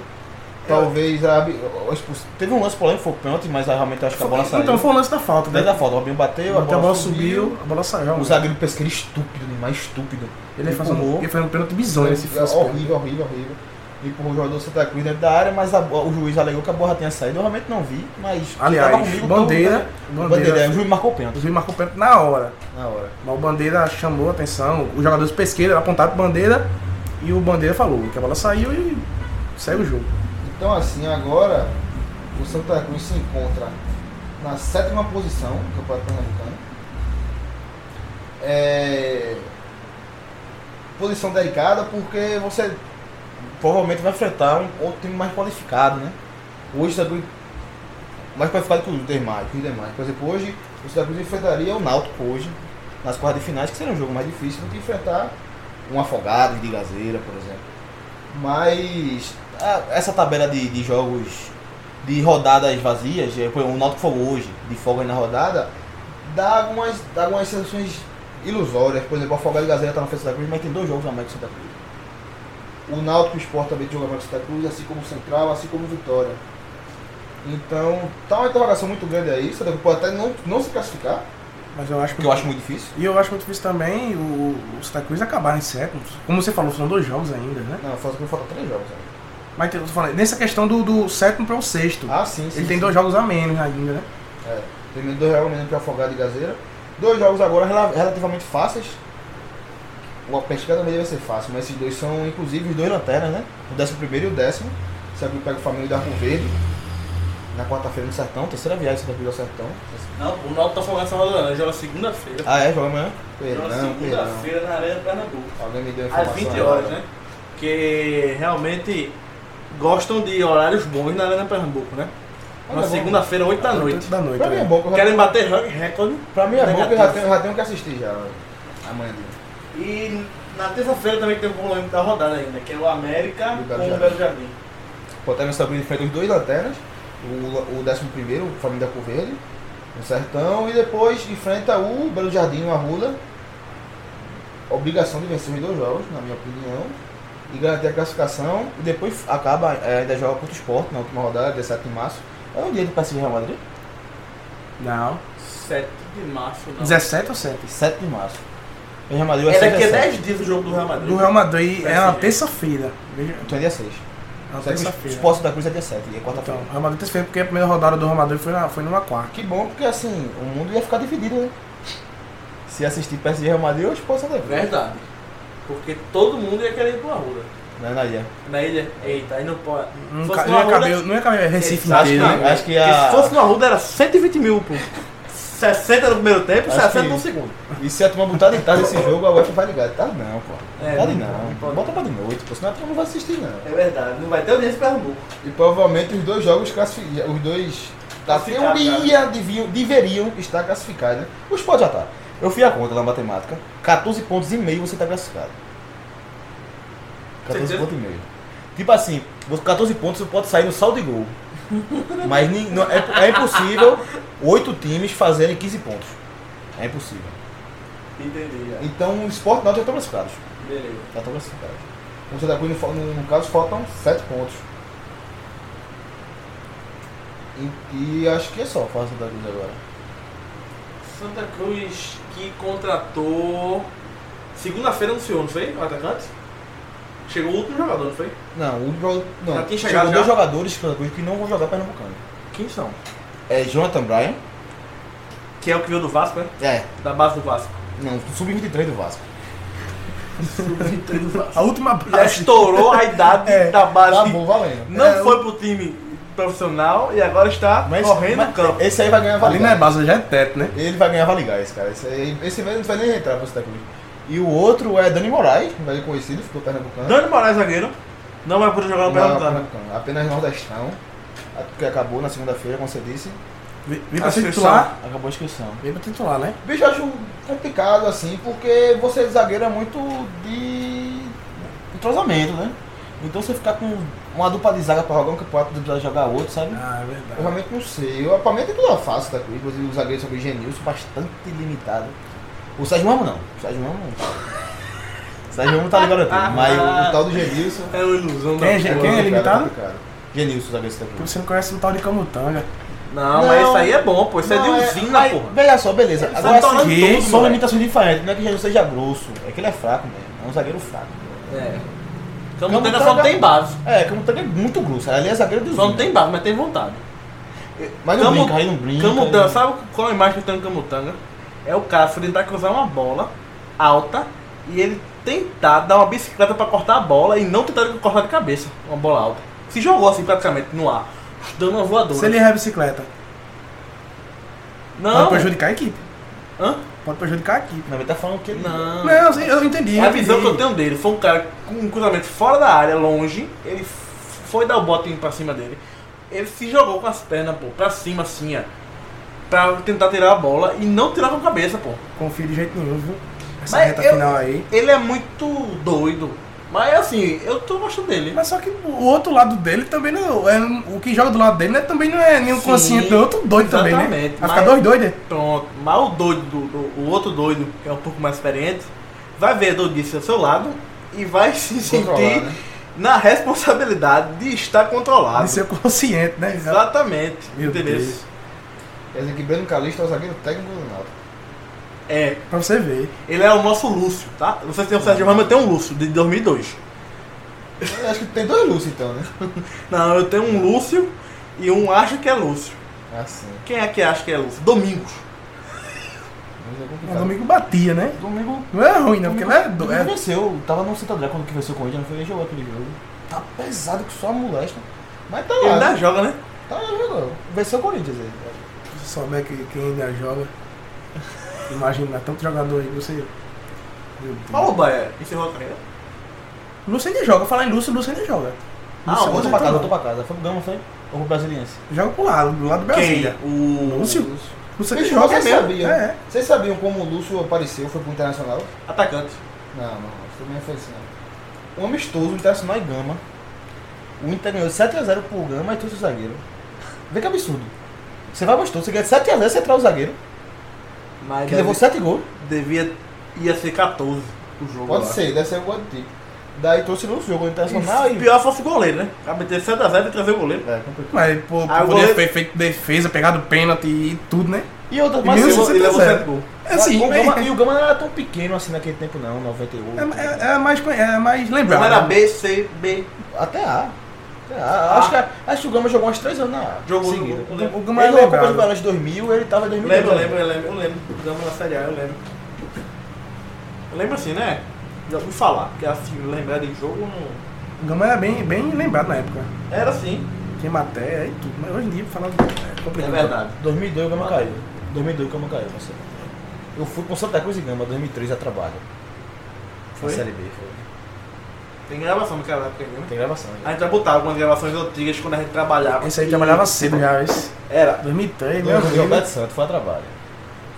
Speaker 3: Talvez a, a expulsão- Teve um lance polêmico, foi pênalti, mas ah, realmente acho que a bola saiu.
Speaker 4: Então foi o lance da falta, né?
Speaker 3: Daí da falta, o Robinho bateu,
Speaker 4: Bateu, a bola subiu, a bola saiu.
Speaker 3: O zagueiro pesqueiro é estúpido, demais estúpido.
Speaker 4: Ele fez um,
Speaker 3: empurrou.
Speaker 4: ele fez um pênalti bizonho esse
Speaker 3: É
Speaker 4: esse pênalti.
Speaker 3: horrível, horrível, horrível. Empurrou o jogador do Santa Cruz dentro da área, mas a bo- o juiz alegou que a borra tinha saído. Eu realmente não vi, mas. quem
Speaker 4: Aliás,
Speaker 3: tava comigo,
Speaker 4: bandeira,
Speaker 3: todo- né?
Speaker 4: bandeira.
Speaker 3: Bandeira, o juiz marcou o
Speaker 4: O
Speaker 3: pênalti
Speaker 4: juiz marcou o pênalti na hora.
Speaker 3: na hora.
Speaker 4: Mas o Bandeira chamou a atenção. Os jogadores do pesqueiro apontaram pro Bandeira e o Bandeira falou que a bola saiu e segue o jogo.
Speaker 3: Então assim, agora o Santa Cruz se encontra na sétima posição do Campeonato Pernambucano. É... Posição delicada porque você provavelmente vai enfrentar um outro time mais qualificado, né? Hoje o Santa Cruz mais qualificado que os demais, que os demais. Por exemplo, hoje o Santa Cruz enfrentaria o Náutico hoje, nas quartas de finais, que seria um jogo mais difícil do que enfrentar um afogado de Gazeira, por exemplo. Mas a- essa tabela de, de jogos de rodadas vazias, é, foi o Náutico foi hoje, de folga na rodada, dá algumas, dá algumas sensações ilusórias. Por exemplo, o Afogado e Gazela tá na frente da Cruz, mas tem dois jogos na mais que o Santa Cruz. O Náutico e o Sport também jogam mais que o Santa Cruz, assim como o Central, assim como o Vitória. Então, tá uma interrogação muito grande aí. O Santa Cruz pode até não, não se classificar,
Speaker 4: Mas eu acho
Speaker 3: porque eu acho muito difícil.
Speaker 4: E eu acho muito difícil também o, o Santa Cruz acabar em séculos. Como você falou, são dois jogos ainda, né?
Speaker 3: Não, o Santa Cruz falta três jogos. né?
Speaker 4: Mas tem- eu tô falando, nessa questão do, do sétimo para o sexto.
Speaker 3: Ah, sim, sim.
Speaker 4: ele tem
Speaker 3: sim.
Speaker 4: dois jogos a menos ainda, né?
Speaker 3: É, primeiro dois jogos mesmo para Afogado e Gazeira. Dois jogos agora rela- relativamente fáceis. O Pesca também vai ser fácil, mas esses dois são inclusive os dois lanternas, né? O décimo primeiro e o décimo. Se alguém pega o Flamengo e o Arco Verde. na quarta-feira no Sertão, terceira viagem daqui ao Sertão.
Speaker 2: Não, o Náutico tá falando essa hora, joga segunda-feira.
Speaker 3: Ah, é? Joga amanhã?
Speaker 2: Joga
Speaker 3: Perdão, perdão.
Speaker 2: segunda-feira na Arena do Pernambuco.
Speaker 3: Alguém me deu a
Speaker 2: Às
Speaker 3: informação.
Speaker 2: 20
Speaker 3: agora.
Speaker 2: horas, né?
Speaker 5: Que realmente gostam de horários bons na Arena Pernambuco, né? Na
Speaker 4: é
Speaker 3: Olha,
Speaker 5: segunda-feira, 8 da noite.
Speaker 4: Da noite.
Speaker 3: Pra mim é
Speaker 4: né?
Speaker 3: bom que eu já,
Speaker 5: Querem bater rank- recorde?
Speaker 3: pra mim é bom que eu já
Speaker 5: Negativo.
Speaker 3: tenho, já tenho que assistir já. velho. Amanhã.
Speaker 2: E na terça-feira também tem um problema da rodada ainda, que é o América
Speaker 3: Do Belo
Speaker 2: com o
Speaker 3: Jardim.
Speaker 2: Belo Jardim.
Speaker 3: Botaram sobre de frente os dois lanternas, o, o décimo primeiro, o Flamengo da Cor Verde, no Sertão, e depois enfrenta o Belo Jardim, o Arruda. Obrigação de vencer os dois jogos, na minha opinião, e garantir a classificação. E depois acaba, é, ainda joga contra o Sport na última rodada, 17 de março. É um dia de passe de Real Madrid?
Speaker 4: Não.
Speaker 2: 7 de março, não.
Speaker 4: 17 ou 7?
Speaker 3: 7 de março. O Real Madrid vai
Speaker 2: É
Speaker 3: ser
Speaker 2: daqui a
Speaker 3: 17.
Speaker 2: 10 dias o jogo do Real Madrid.
Speaker 4: Do Real Madrid é
Speaker 2: Vai
Speaker 4: uma
Speaker 2: ser.
Speaker 4: terça-feira. Veja,
Speaker 3: Então é dia 6.
Speaker 4: É uma
Speaker 3: Só que o
Speaker 4: terça-feira.
Speaker 3: Sport da Cruz é dia 7, e é
Speaker 4: Então,
Speaker 3: quarta-feira.
Speaker 4: o Real Madrid terça-feira, porque a primeira rodada do Real Madrid foi, na, foi numa quarta.
Speaker 3: Que bom, porque assim, o mundo ia ficar dividido, né? Se assistir PSG Real Madrid, eu expulso a TV.
Speaker 2: Verdade. Porque todo mundo ia querer ir pro Arruda.
Speaker 3: Né, Nadia?
Speaker 2: Na ilha? Eita, aí não pode.
Speaker 4: Não,
Speaker 2: Se
Speaker 4: ca-
Speaker 2: fosse
Speaker 4: não ia
Speaker 2: no Arruda,
Speaker 4: caber, não ia caber Recife
Speaker 3: Acho que,
Speaker 4: inteiro, né?
Speaker 3: acho que
Speaker 5: Porque
Speaker 3: a...
Speaker 5: se fosse no Arruda era 120 mil, pô. 60 no primeiro tempo,
Speaker 3: Acho
Speaker 5: 60
Speaker 3: que-
Speaker 5: no segundo.
Speaker 3: E se a turma botar de tarde esse jogo, a UEFA vai ligar. De tarde não, pô.
Speaker 2: É,
Speaker 3: tarde
Speaker 2: não
Speaker 3: não.
Speaker 2: pode.
Speaker 3: Bota pra de noite, pô. Senão a turma não vai assistir, não.
Speaker 2: É verdade, não vai ter audiência pra Pernambuco.
Speaker 3: E provavelmente os dois jogos classificados. Os dois. tá, um Da
Speaker 2: Classificados, né?
Speaker 3: teoria deviam, deveriam estar classificados, né? Os pode já tá. Eu fiz a conta na matemática. 14 pontos e meio você tá classificado. 14
Speaker 2: Certeza?
Speaker 3: pontos e meio. Tipo assim, os 14 pontos você pode sair no saldo de gol. Mas nin- não- é, é impossível oito times fazerem 15 pontos. É impossível.
Speaker 2: Entendi, já.
Speaker 3: Então o Sport Náutico Tá já estão classificados.
Speaker 2: Beleza.
Speaker 3: Já estão classificados. O Santa Cruz, tá no, fal- no, no caso, faltam 7 pontos. E, e acho que é só fala o Santa Cruz agora.
Speaker 2: Santa Cruz que contratou. Segunda-feira anunciou, não foi? O atacante? Chegou o último jogador, não foi?
Speaker 3: Não, o único- não.
Speaker 2: Já tinha
Speaker 3: chegou
Speaker 2: chegado
Speaker 3: dois
Speaker 2: já?
Speaker 3: jogadores do Santa Cruz que não vão jogar Pernambucano.
Speaker 4: né?
Speaker 2: Quem são?
Speaker 3: É Jonathan Bryan.
Speaker 2: Que é o que veio do Vasco, né?
Speaker 3: É,
Speaker 2: Da base do Vasco.
Speaker 3: não, do sub-23 do Vasco.
Speaker 4: A última
Speaker 5: Já
Speaker 2: é
Speaker 5: estourou a idade
Speaker 4: É,
Speaker 5: da base.
Speaker 3: Tá bom, valendo.
Speaker 5: Não
Speaker 4: É,
Speaker 5: foi pro time profissional e agora está
Speaker 3: Mas-
Speaker 5: correndo
Speaker 3: mas
Speaker 5: no campo.
Speaker 3: Esse aí vai ganhar
Speaker 4: Ali na
Speaker 3: Valigás.
Speaker 4: base já é teto, né?
Speaker 3: Ele vai ganhar Valigás, cara. Esse, aí, esse mesmo não vai nem entrar pro Santa Cruz. E o outro é Dani Moraes, um velho conhecido, ficou Pernambucano.
Speaker 5: Dani Moraes, zagueiro, não vai poder jogar
Speaker 3: Não,
Speaker 5: no Pernambucano.
Speaker 3: Pernambucano. Apenas Nordestão, a- que acabou na segunda-feira, como você disse.
Speaker 4: Vem vem pra
Speaker 5: A
Speaker 4: ser
Speaker 5: inscrição.
Speaker 4: Assim, titular.
Speaker 3: Acabou a inscrição.
Speaker 4: Vem pra titular, né?
Speaker 3: Bicho, eu acho complicado assim, porque você zagueiro é muito de entrosamento, né? Então você ficar com uma dupla de zaga pra jogar um campeonato, pra jogar outro, sabe?
Speaker 4: Ah, é
Speaker 3: Eu
Speaker 4: verdade.
Speaker 3: realmente não sei. O Apamento é tudo fácil daqui, inclusive o zagueiro sobre o Genilson, bastante limitado. O Sérgio Ramos não. O Sérgio Ramos não. O Sérgio Ramos tá ligado aqui, mas o, o tal do Genilson.
Speaker 5: É uma ilusão
Speaker 4: Quem é, Gen- quem é
Speaker 3: complicado,
Speaker 4: limitado?
Speaker 3: complicado. Genilson, zagueiro tá daqui.
Speaker 4: Porque você não conhece um tal de Camutanga.
Speaker 5: Não,
Speaker 3: Não.
Speaker 5: mas isso aí é bom, pô. Isso é de
Speaker 3: Não,
Speaker 5: usina,
Speaker 3: mas
Speaker 5: porra.
Speaker 3: Veja só, beleza. Agora
Speaker 5: tá
Speaker 3: assim,
Speaker 4: tornando
Speaker 3: são
Speaker 5: tudo,
Speaker 3: limitações diferentes. Não é que Jesus seja grosso, é que ele é fraco mesmo. É um zagueiro fraco.
Speaker 2: É.
Speaker 3: Camutanga
Speaker 2: Camutanga só não tem base.
Speaker 3: É, Camutanga é muito grosso. Ali é zagueiro do
Speaker 2: Só não tem base, mas tem vontade.
Speaker 3: Mas não
Speaker 2: Camu-
Speaker 3: brinca, aí não brinca.
Speaker 2: Camutanga,
Speaker 3: ele-
Speaker 2: sabe qual é a imagem que tem no Camutanga? É o cara tentar cruzar uma bola alta e ele tentar dar uma bicicleta pra cortar a bola e não tentar cortar de cabeça uma bola alta. Se jogou assim praticamente no ar, dando uma voadora.
Speaker 4: Se ele errar a bicicleta,
Speaker 2: Não,
Speaker 4: pode prejudicar a equipe.
Speaker 2: Hã?
Speaker 4: Pode prejudicar a equipe.
Speaker 3: Não, ele tá falando que ele...
Speaker 2: não.
Speaker 4: Não, sim, eu entendi.
Speaker 2: Ah. É a visão que
Speaker 4: entendi.
Speaker 2: eu tenho dele. Foi um cara com um cruzamento fora da área, longe. Ele f- foi dar o bote pra cima dele. Ele se jogou com as pernas, pô, pra cima assim, ó. Pra tentar tirar a bola e não tirar com a cabeça, pô.
Speaker 4: Confio de jeito nenhum, viu? Essa
Speaker 2: Mas
Speaker 4: reta
Speaker 2: eu-
Speaker 4: final aí.
Speaker 2: Ele é muito doido. Mas assim, eu tô gostando dele.
Speaker 4: Mas só que o outro lado dele também não. É, o que joga do lado dele né, também não é nenhum
Speaker 2: Sim,
Speaker 4: consciente, não. É outro doido também, né?
Speaker 2: exatamente,
Speaker 4: Vai ficar
Speaker 2: mas-
Speaker 4: dois doidos, né?
Speaker 2: Pronto. Mas o doido, do, do- o outro doido, que é um pouco mais experiente, vai ver a doidice ao seu lado e vai se
Speaker 3: Controlar,
Speaker 2: sentir
Speaker 3: né?
Speaker 2: na responsabilidade de estar controlado.
Speaker 4: De ser consciente, né?
Speaker 2: Exatamente.
Speaker 4: Meu
Speaker 2: Entendeu?
Speaker 4: Deus.
Speaker 3: Quer dizer que Breno Calista é o zagueiro técnico do Náutico.
Speaker 2: É,
Speaker 4: Pra você ver.
Speaker 2: Ele é o nosso Lúcio, tá? Vocês têm o Sérgio Ramos, eu tenho um Lúcio, de 2002.
Speaker 3: Eu Acho que tem dois luzes então, né?
Speaker 2: Não, eu tenho um Lúcio e um acha que é Lúcio.
Speaker 3: Assim.
Speaker 2: Quem é que acha que é Lúcio? Domingos.
Speaker 3: Mas é
Speaker 4: O
Speaker 3: complicado.
Speaker 4: domingo batia, né?
Speaker 3: Domingo...
Speaker 4: Não é ruim, não, porque ele é
Speaker 3: Domingo
Speaker 4: doido. É...
Speaker 3: venceu. Tava no Santo André quando que venceu com ele, não foi ele jogou aquele jogo. Tá pesado que só a molesta. Mas tá
Speaker 2: Ele
Speaker 3: lá.
Speaker 2: ainda
Speaker 3: né?
Speaker 2: joga, né?
Speaker 3: Tá, jogou. Venceu o Corinthians aí.
Speaker 2: Uhum.
Speaker 4: Se souber que quem ainda joga. Imagina, né, tanto jogador aí, você. Meu Deus.
Speaker 2: Mas o Baia encerrou a carreira?
Speaker 4: Lúcio ainda joga, falar em Lúcio, Lúcio ainda joga.
Speaker 3: Ah,
Speaker 4: Lúcio
Speaker 3: voltou
Speaker 2: é
Speaker 4: ainda
Speaker 3: pra casa,
Speaker 4: joga.
Speaker 3: voltou pra casa. Foi pro Gama, foi? Ou pro Brasiliense?
Speaker 4: Joga pro lado, do lado do Brasília.
Speaker 2: O...
Speaker 4: Lúcio? Lúcio ainda
Speaker 3: Bicho,
Speaker 4: joga
Speaker 3: vocês
Speaker 4: mesmo.
Speaker 3: sabiam.
Speaker 4: É, é.
Speaker 3: Vocês sabiam como o Lúcio apareceu? Foi pro Internacional?
Speaker 2: Atacante.
Speaker 3: Não, não, isso também não foi assim. Não. Um amistoso, o Internacional e Gama. O Inter ganhou 7x0 pro Gama e trouxe o zagueiro. Vê que absurdo. Você vai amistoso, você ganha 7x0, você traz o zagueiro,
Speaker 2: Mas
Speaker 3: que levou 7 gols.
Speaker 2: devia... Ia ser 14 o jogo
Speaker 3: Pode
Speaker 2: lá.
Speaker 3: ser, deve ser o gol do time. Daí trouxe no jogo o Internacional
Speaker 2: E
Speaker 3: e...
Speaker 2: pior fosse o goleiro, né? Acabei de ter 7x0 e trazer o goleiro.
Speaker 3: É, complicado.
Speaker 4: Mas,
Speaker 2: Ah,
Speaker 4: pô, ah,
Speaker 2: o
Speaker 4: poder
Speaker 2: goleiro-
Speaker 4: ter feito defesa, pegado pênalti e tudo, né?
Speaker 3: e outra,
Speaker 2: Mas
Speaker 3: mas...
Speaker 2: ele
Speaker 4: mesmo
Speaker 3: o-
Speaker 4: se
Speaker 2: levou- ele levou
Speaker 4: 7
Speaker 2: 7 gols.
Speaker 4: É assim,
Speaker 3: o
Speaker 4: é,
Speaker 3: Gama, e o Gama não era tão pequeno assim naquele tempo não, 98.
Speaker 4: é, é mais, conhe- é mais
Speaker 2: Então
Speaker 4: lembrado.
Speaker 2: era
Speaker 4: né?
Speaker 2: B, C, B.
Speaker 3: Até A. Até A. Acho, que, acho que o Gama jogou uns 3 anos na A.
Speaker 2: Ah. Jogou,
Speaker 3: seguida.
Speaker 2: jogou.
Speaker 4: O
Speaker 3: Ele
Speaker 4: Gama é
Speaker 3: jogou a Copa do
Speaker 4: lembrado.
Speaker 3: Brasil de 2000, ele tava em
Speaker 2: Eu
Speaker 3: 2000.
Speaker 2: lembro, eu lembro, eu lembro, eu lembro. Jogamos na Série A, eu lembro. Eu lembro assim, né? Já ouvi falar, porque assim, lembrar de jogo não...
Speaker 4: O Gama era bem, bem lembrado na época.
Speaker 2: Era assim.
Speaker 4: Tinha matéria e tudo. Mas hoje em dia, falando. É
Speaker 2: É
Speaker 4: complicado.
Speaker 2: verdade.
Speaker 3: 2002 o
Speaker 2: Ah.
Speaker 3: Gama caiu. 2002 o Gama caiu. não sei. Eu fui com Santa Cruz e Gama, 2003 a trabalho.
Speaker 2: Foi?
Speaker 3: Na Série B, foi.
Speaker 2: Tem gravação naquela época aí, né?
Speaker 3: Tem gravação
Speaker 2: A
Speaker 3: já.
Speaker 2: gente vai botar algumas gravações antigas quando a gente trabalhava.
Speaker 4: Esse aí trabalhava cedo já, esse.
Speaker 2: Era.
Speaker 4: 2003, meu
Speaker 3: Não, o
Speaker 4: amigo.
Speaker 3: Roberto Santos foi a trabalho.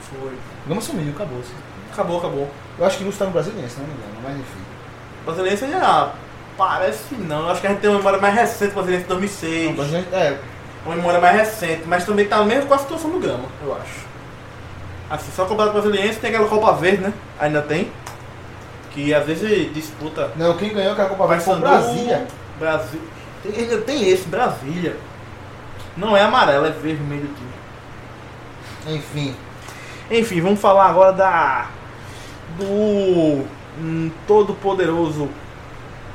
Speaker 2: Foi.
Speaker 3: O Gama sumiu, acabou. assim.
Speaker 2: Acabou, acabou.
Speaker 3: Eu acho que o Lúcio tá no Brasiliense, não me engano, mas enfim.
Speaker 2: Brasiliense já parece não. Eu acho que a gente tem uma memória mais recente do Brasiliense de
Speaker 3: Não, o
Speaker 2: 2006.
Speaker 3: Brasiliense, é,
Speaker 2: Uma memória mais recente, mas também tá mesmo com a situação do Gama, eu acho. Assim, só com o Brasiliense tem aquela Copa Verde, né? Ainda tem. Que às vezes disputa.
Speaker 3: não, quem ganhou aquela Copa Verde foi o
Speaker 2: Paysandu,
Speaker 3: Brasília.
Speaker 2: Brasil. Tem, ainda tem esse, Brasília. Não é amarelo, é vermelho o time.
Speaker 3: Enfim.
Speaker 2: Enfim, vamos falar agora da do hum, todo poderoso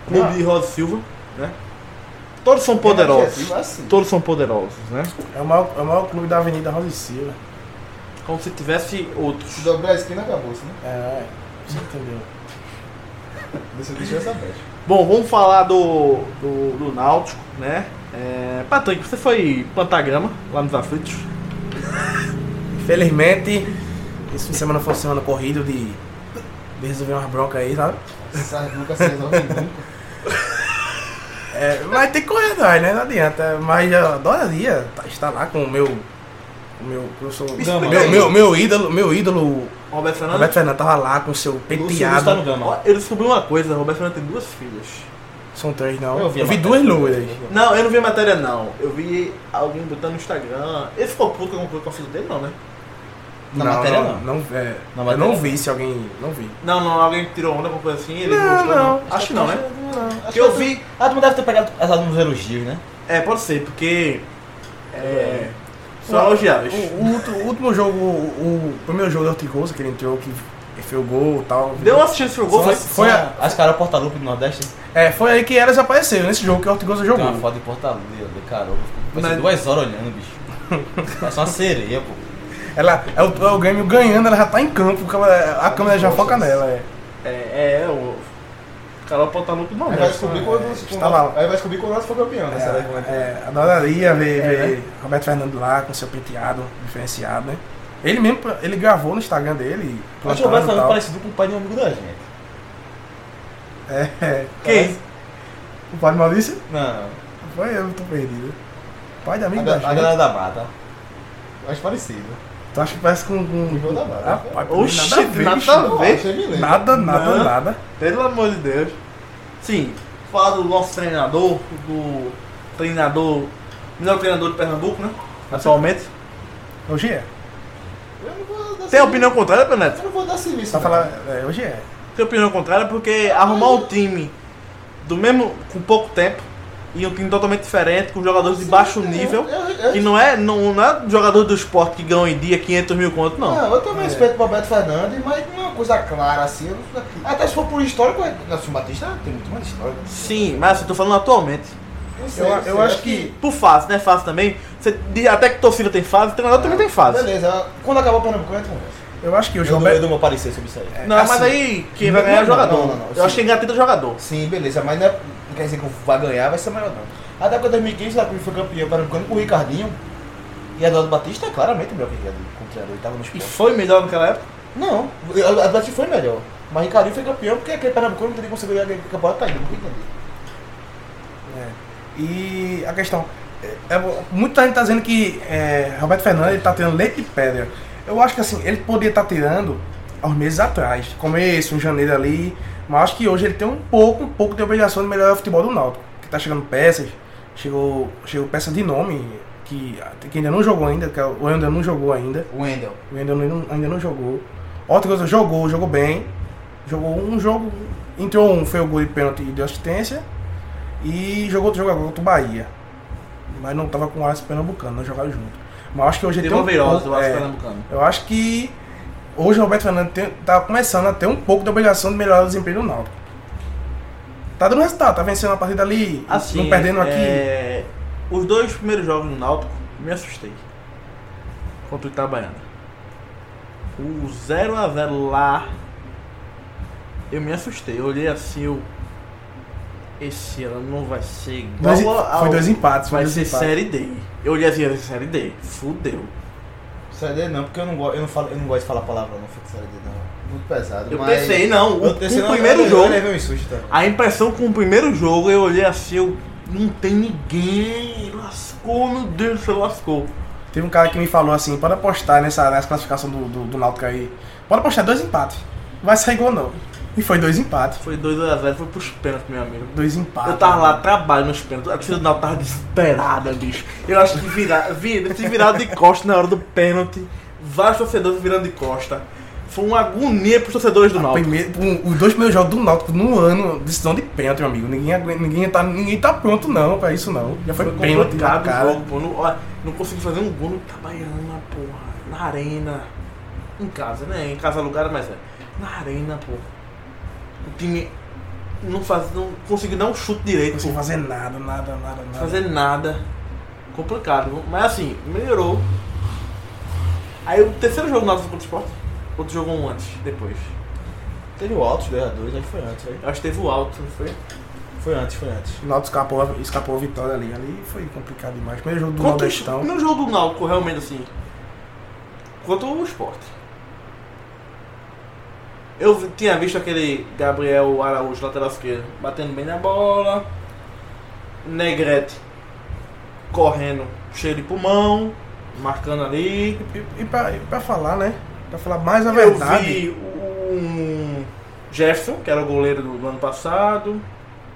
Speaker 2: Clube
Speaker 3: Ah.
Speaker 2: de Rosa Silva, né? Todos são poderosos.
Speaker 3: Renato Jesus, Assim.
Speaker 2: Todos são poderosos, né?
Speaker 4: É o maior, é o maior clube da Avenida Rosa e Silva.
Speaker 2: Como se tivesse outros.
Speaker 3: Se dobrar a esquina, acabou, assim, né?
Speaker 4: É, você entendeu.
Speaker 3: Você deixou essa brecha.
Speaker 2: Bom, vamos falar do, do, do Náutico, né? É, Patrick, você foi plantar grama lá nos aflitos?
Speaker 4: Infelizmente, esse fim de semana foi uma semana corrida de, de resolver umas broncas aí, sabe?
Speaker 3: Essa nunca se resolve nunca.
Speaker 4: É, mas tem que correr atrás, né? Não adianta. Mas a Doraria tá, está lá com o meu. O meu professor.
Speaker 2: explica
Speaker 4: Meu,
Speaker 2: aí.
Speaker 4: meu, meu ídolo, meu ídolo,
Speaker 2: Roberto
Speaker 4: Roberto
Speaker 2: Fernandes?
Speaker 4: Fernando tava lá com seu
Speaker 3: Lúcio Lúcio tá no
Speaker 4: penteado.
Speaker 3: Gama.
Speaker 2: Ó, Eu descobri uma coisa, Roberto Fernandes tem duas filhas.
Speaker 4: São três, não.
Speaker 3: Eu
Speaker 4: Eu
Speaker 3: vi
Speaker 4: vi,
Speaker 3: a
Speaker 4: duas
Speaker 3: matéria.
Speaker 4: loiras.
Speaker 2: Não, eu não vi a matéria não. Eu vi alguém botando no Instagram. Ele ficou puto com alguma coisa com a filha dele, não, né?
Speaker 3: Na matéria, não.
Speaker 4: não, é,
Speaker 3: Na
Speaker 4: eu
Speaker 3: matéria,
Speaker 4: não
Speaker 3: não.
Speaker 4: vi se alguém. Não vi.
Speaker 2: Não, não, alguém tirou onda, alguma coisa assim, ele mostrou, Acho que não, né?
Speaker 3: Acho
Speaker 2: que eu vi-
Speaker 3: Ah, tu não deve ter pegado as nos elogios, né?
Speaker 2: É, pode ser, porque. É. Só elogiáveis.
Speaker 4: O, o ulti- o último jogo, o, o primeiro jogo do Ortigosa que ele entrou, que ele fez o gol e tal.
Speaker 2: Deu uma assistência pro gol,
Speaker 4: Só-
Speaker 2: foi.
Speaker 4: Foi a-
Speaker 3: as caras Portalupe do Nordeste. né?
Speaker 4: É, foi aí que elas apareceram, nesse jogo que o Ortigosa
Speaker 3: Tem
Speaker 4: jogou.
Speaker 3: uma foto de Portalupe, cara. eu fico- Passei
Speaker 2: Mas-
Speaker 3: duas horas olhando, bicho. Parece uma sereia, pô.
Speaker 4: Ela, é o, é o Grêmio ganhando, ela já tá em campo, a câmera, a câmera já foca nela. É.
Speaker 2: É, é, o. Carol Pontalupe não,
Speaker 3: Aí vai descobrir quando
Speaker 4: Tá lá.
Speaker 3: Aí vai descobrir quando nós foi campeão, né?
Speaker 4: É,
Speaker 3: Será que né? vai-
Speaker 4: é, adoraria ver,
Speaker 2: É,
Speaker 4: ver Roberto Fernando lá com seu penteado diferenciado, né? Ele mesmo, ele gravou no Instagram dele.
Speaker 3: Acho que o Roberto
Speaker 4: plantando e
Speaker 3: Fernando
Speaker 4: tal.
Speaker 3: parecido com o pai de um amigo da gente.
Speaker 4: É, é.
Speaker 2: Quem?
Speaker 4: O pai do Maurício?
Speaker 3: Não,
Speaker 4: Foi eu, tô perdido. Pai
Speaker 3: a,
Speaker 4: da amiga
Speaker 3: ga-
Speaker 4: da
Speaker 3: a
Speaker 4: gente.
Speaker 3: galera da mata. Mais parecido.
Speaker 4: Tu acha que parece com. com...
Speaker 3: Nível da barra.
Speaker 4: Rapaz,
Speaker 2: Oxi,
Speaker 4: nada a ver,
Speaker 2: nada
Speaker 4: bicho.
Speaker 2: a ver.
Speaker 3: Você me lembra.
Speaker 4: Nada, nada,
Speaker 2: Não.
Speaker 4: nada.
Speaker 2: Pelo amor de Deus. Sim, falar do nosso treinador, do treinador. Melhor treinador de Pernambuco, né? Atualmente.
Speaker 4: Hoje é.
Speaker 3: Eu não vou dar
Speaker 2: Tem
Speaker 3: serviço.
Speaker 2: opinião contrária, Peneto?
Speaker 3: Eu não vou dar serviço.
Speaker 4: Só
Speaker 3: não.
Speaker 4: falar. É, hoje é.
Speaker 2: Tem opinião contrária porque arrumar um time do mesmo. com pouco tempo e um time totalmente diferente, com jogadores de baixo nível.
Speaker 3: Eu, eu,
Speaker 2: Que
Speaker 3: eu,
Speaker 2: não é, não, não é jogador do esporte que ganha em dia 500 mil conto, não.
Speaker 3: não, eu também respeito o Roberto Fernandes, mas não é uma coisa clara assim. eu não- Até se for por histórico, é- nossa, o Batista tem muito mais história.
Speaker 2: Sim, mas assim, eu tô falando atualmente.
Speaker 3: Não sei,
Speaker 4: Eu,
Speaker 3: sei,
Speaker 4: eu acho que.
Speaker 2: Por fase, né? Fase também. Você diz até que torcida tem fase, treinador também tem fase.
Speaker 3: Beleza, quando acabar o Pernambuco, a gente conversa.
Speaker 4: Eu acho que hoje o
Speaker 3: Eu dou- eu
Speaker 4: Roberto.
Speaker 3: dou meu parecer sobre isso aí.
Speaker 4: é,
Speaker 2: Não,
Speaker 4: assim,
Speaker 2: mas aí quem
Speaker 4: não,
Speaker 2: vai ganhar é o
Speaker 3: não,
Speaker 2: jogador.
Speaker 3: não, não, não,
Speaker 2: eu acho
Speaker 3: sim.
Speaker 2: que engateta é o jogador.
Speaker 3: Sim, beleza, mas não, é, não quer dizer que vai ganhar, vai ser maior não. Até porque em 2015 o Cruz foi campeão pernambucano com o Ricardinho. E Eduardo Batista é claramente o melhor que ele como treinador, ele tava no
Speaker 2: E
Speaker 3: esporte.
Speaker 2: foi melhor naquela época?
Speaker 3: Não, o Eduardo Batista foi melhor. Mas Ricardinho foi campeão porque aquele pernambucano não teria conseguido ganhar aquele campeonato ainda, não tem entender.
Speaker 4: É. E a questão. É, é, muita gente tá dizendo que é, Roberto Fernandes ele tá tirando leite de pedra. Eu acho que assim, ele poderia estar tirando há uns meses atrás, começo, em janeiro ali, mas acho que hoje ele tem um pouco, um pouco de obrigação de melhorar o futebol do Náutico. Que tá chegando peças, chegou, chegou peça de nome, que, que ainda não jogou ainda, que é o ainda não jogou ainda.
Speaker 3: O Wendel.
Speaker 4: O ainda não, ainda não jogou. Outra coisa, jogou, jogou bem. Jogou um jogo, entrou um, foi o gol de pênalti e deu assistência. E jogou outro jogo agora contra o Bahia. Mas não tava com o Alisson Pernambucano, não jogaram junto. Mas acho que hoje ele
Speaker 2: Teve uma virose
Speaker 4: pouco-
Speaker 2: do Aço
Speaker 4: é,
Speaker 2: Pernambucano.
Speaker 4: Eu acho que hoje o Roberto Fernandes tem, tá começando a ter um pouco de obrigação de melhorar o desempenho do Náutico. Tá dando resultado, tá vencendo a partida ali,
Speaker 2: Assim,
Speaker 4: não perdendo aqui.
Speaker 2: é, Os dois primeiros jogos no Náutico, me assustei. Contra o Itabaiana. O 0x0 lá, eu me assustei. Eu olhei assim, eu... Esse ano não vai ser igual
Speaker 4: Dois-
Speaker 2: ao...
Speaker 4: foi dois empates,
Speaker 2: Vai
Speaker 4: foi dois
Speaker 2: ser
Speaker 4: empates.
Speaker 2: Série D. Eu olhei assim, vai ser Série D. Fudeu.
Speaker 3: Série D não, porque eu não, go- eu, não falo, eu não gosto de falar palavrão no futebol série D não. Muito pesado.
Speaker 2: Eu
Speaker 3: mas-
Speaker 2: pensei, não. O,
Speaker 3: Eu pensei,
Speaker 2: o
Speaker 3: não,
Speaker 2: primeiro
Speaker 3: eu- eu
Speaker 2: jogo...
Speaker 3: levei um insusto também.
Speaker 2: A impressão com o primeiro jogo, eu olhei assim, eu... Não tem ninguém. Lascou, meu Deus, você lascou.
Speaker 4: Teve um cara que me falou assim, pode apostar nessa, nessa classificação do, do, do Náutico aí. Pode apostar dois empates. Não Vai sair gol não. E foi dois empates.
Speaker 2: Foi 2x0, foi pros pênaltis, meu amigo.
Speaker 4: Dois empates.
Speaker 2: Eu tava lá, trabalho nos pênaltis. A torcida do Náutico tava desesperada, bicho. Eu acho que vira, vira, se viraram de costa na hora do pênalti. Vários torcedores virando de costa. Foi uma agonia pros torcedores do
Speaker 4: A
Speaker 2: Náutico.
Speaker 4: primeira- um- os dois primeiros jogos do Náutico no ano, decisão de pênalti, meu amigo. Ninguém, aguenta- ninguém, tá, ninguém tá pronto não pra isso não. Já foi, pênalti na
Speaker 2: complicado o
Speaker 4: cara.
Speaker 2: jogo, pô. Não, ó, não consegui fazer um gol no Itabaiana, porra. Na arena. Em casa, né? Em casa alugada, mas é. Na arena, porra. O time não, faz, não conseguiu dar um chute
Speaker 4: Não
Speaker 2: direito,
Speaker 4: conseguiu
Speaker 2: porra.
Speaker 4: fazer nada, nada, nada, nada.
Speaker 2: fazer nada. Complicado. Mas assim, melhorou. Aí o terceiro jogo nosso contra o Sport. Outro jogo um antes, depois.
Speaker 3: Teve o Altos 2x2, acho que foi antes, aí.
Speaker 2: Eu acho que teve o alto, não foi?
Speaker 3: Foi antes, foi antes.
Speaker 4: O Náutico escapou, escapou a vitória ali. Ali foi complicado demais. Primeiro jogo do
Speaker 2: Contra o
Speaker 4: Nordestão.
Speaker 2: primeiro jogo do Náutico, realmente assim. Contra o Sport. Eu vi- tinha visto aquele Gabriel Araújo, lateral esquerdo, batendo bem na bola. Negrete correndo, cheio de pulmão, marcando ali.
Speaker 4: E, e, pra, e pra falar, né? Pra falar mais a
Speaker 2: Eu
Speaker 4: verdade.
Speaker 2: vi um Jefferson, que era o goleiro do, do ano passado.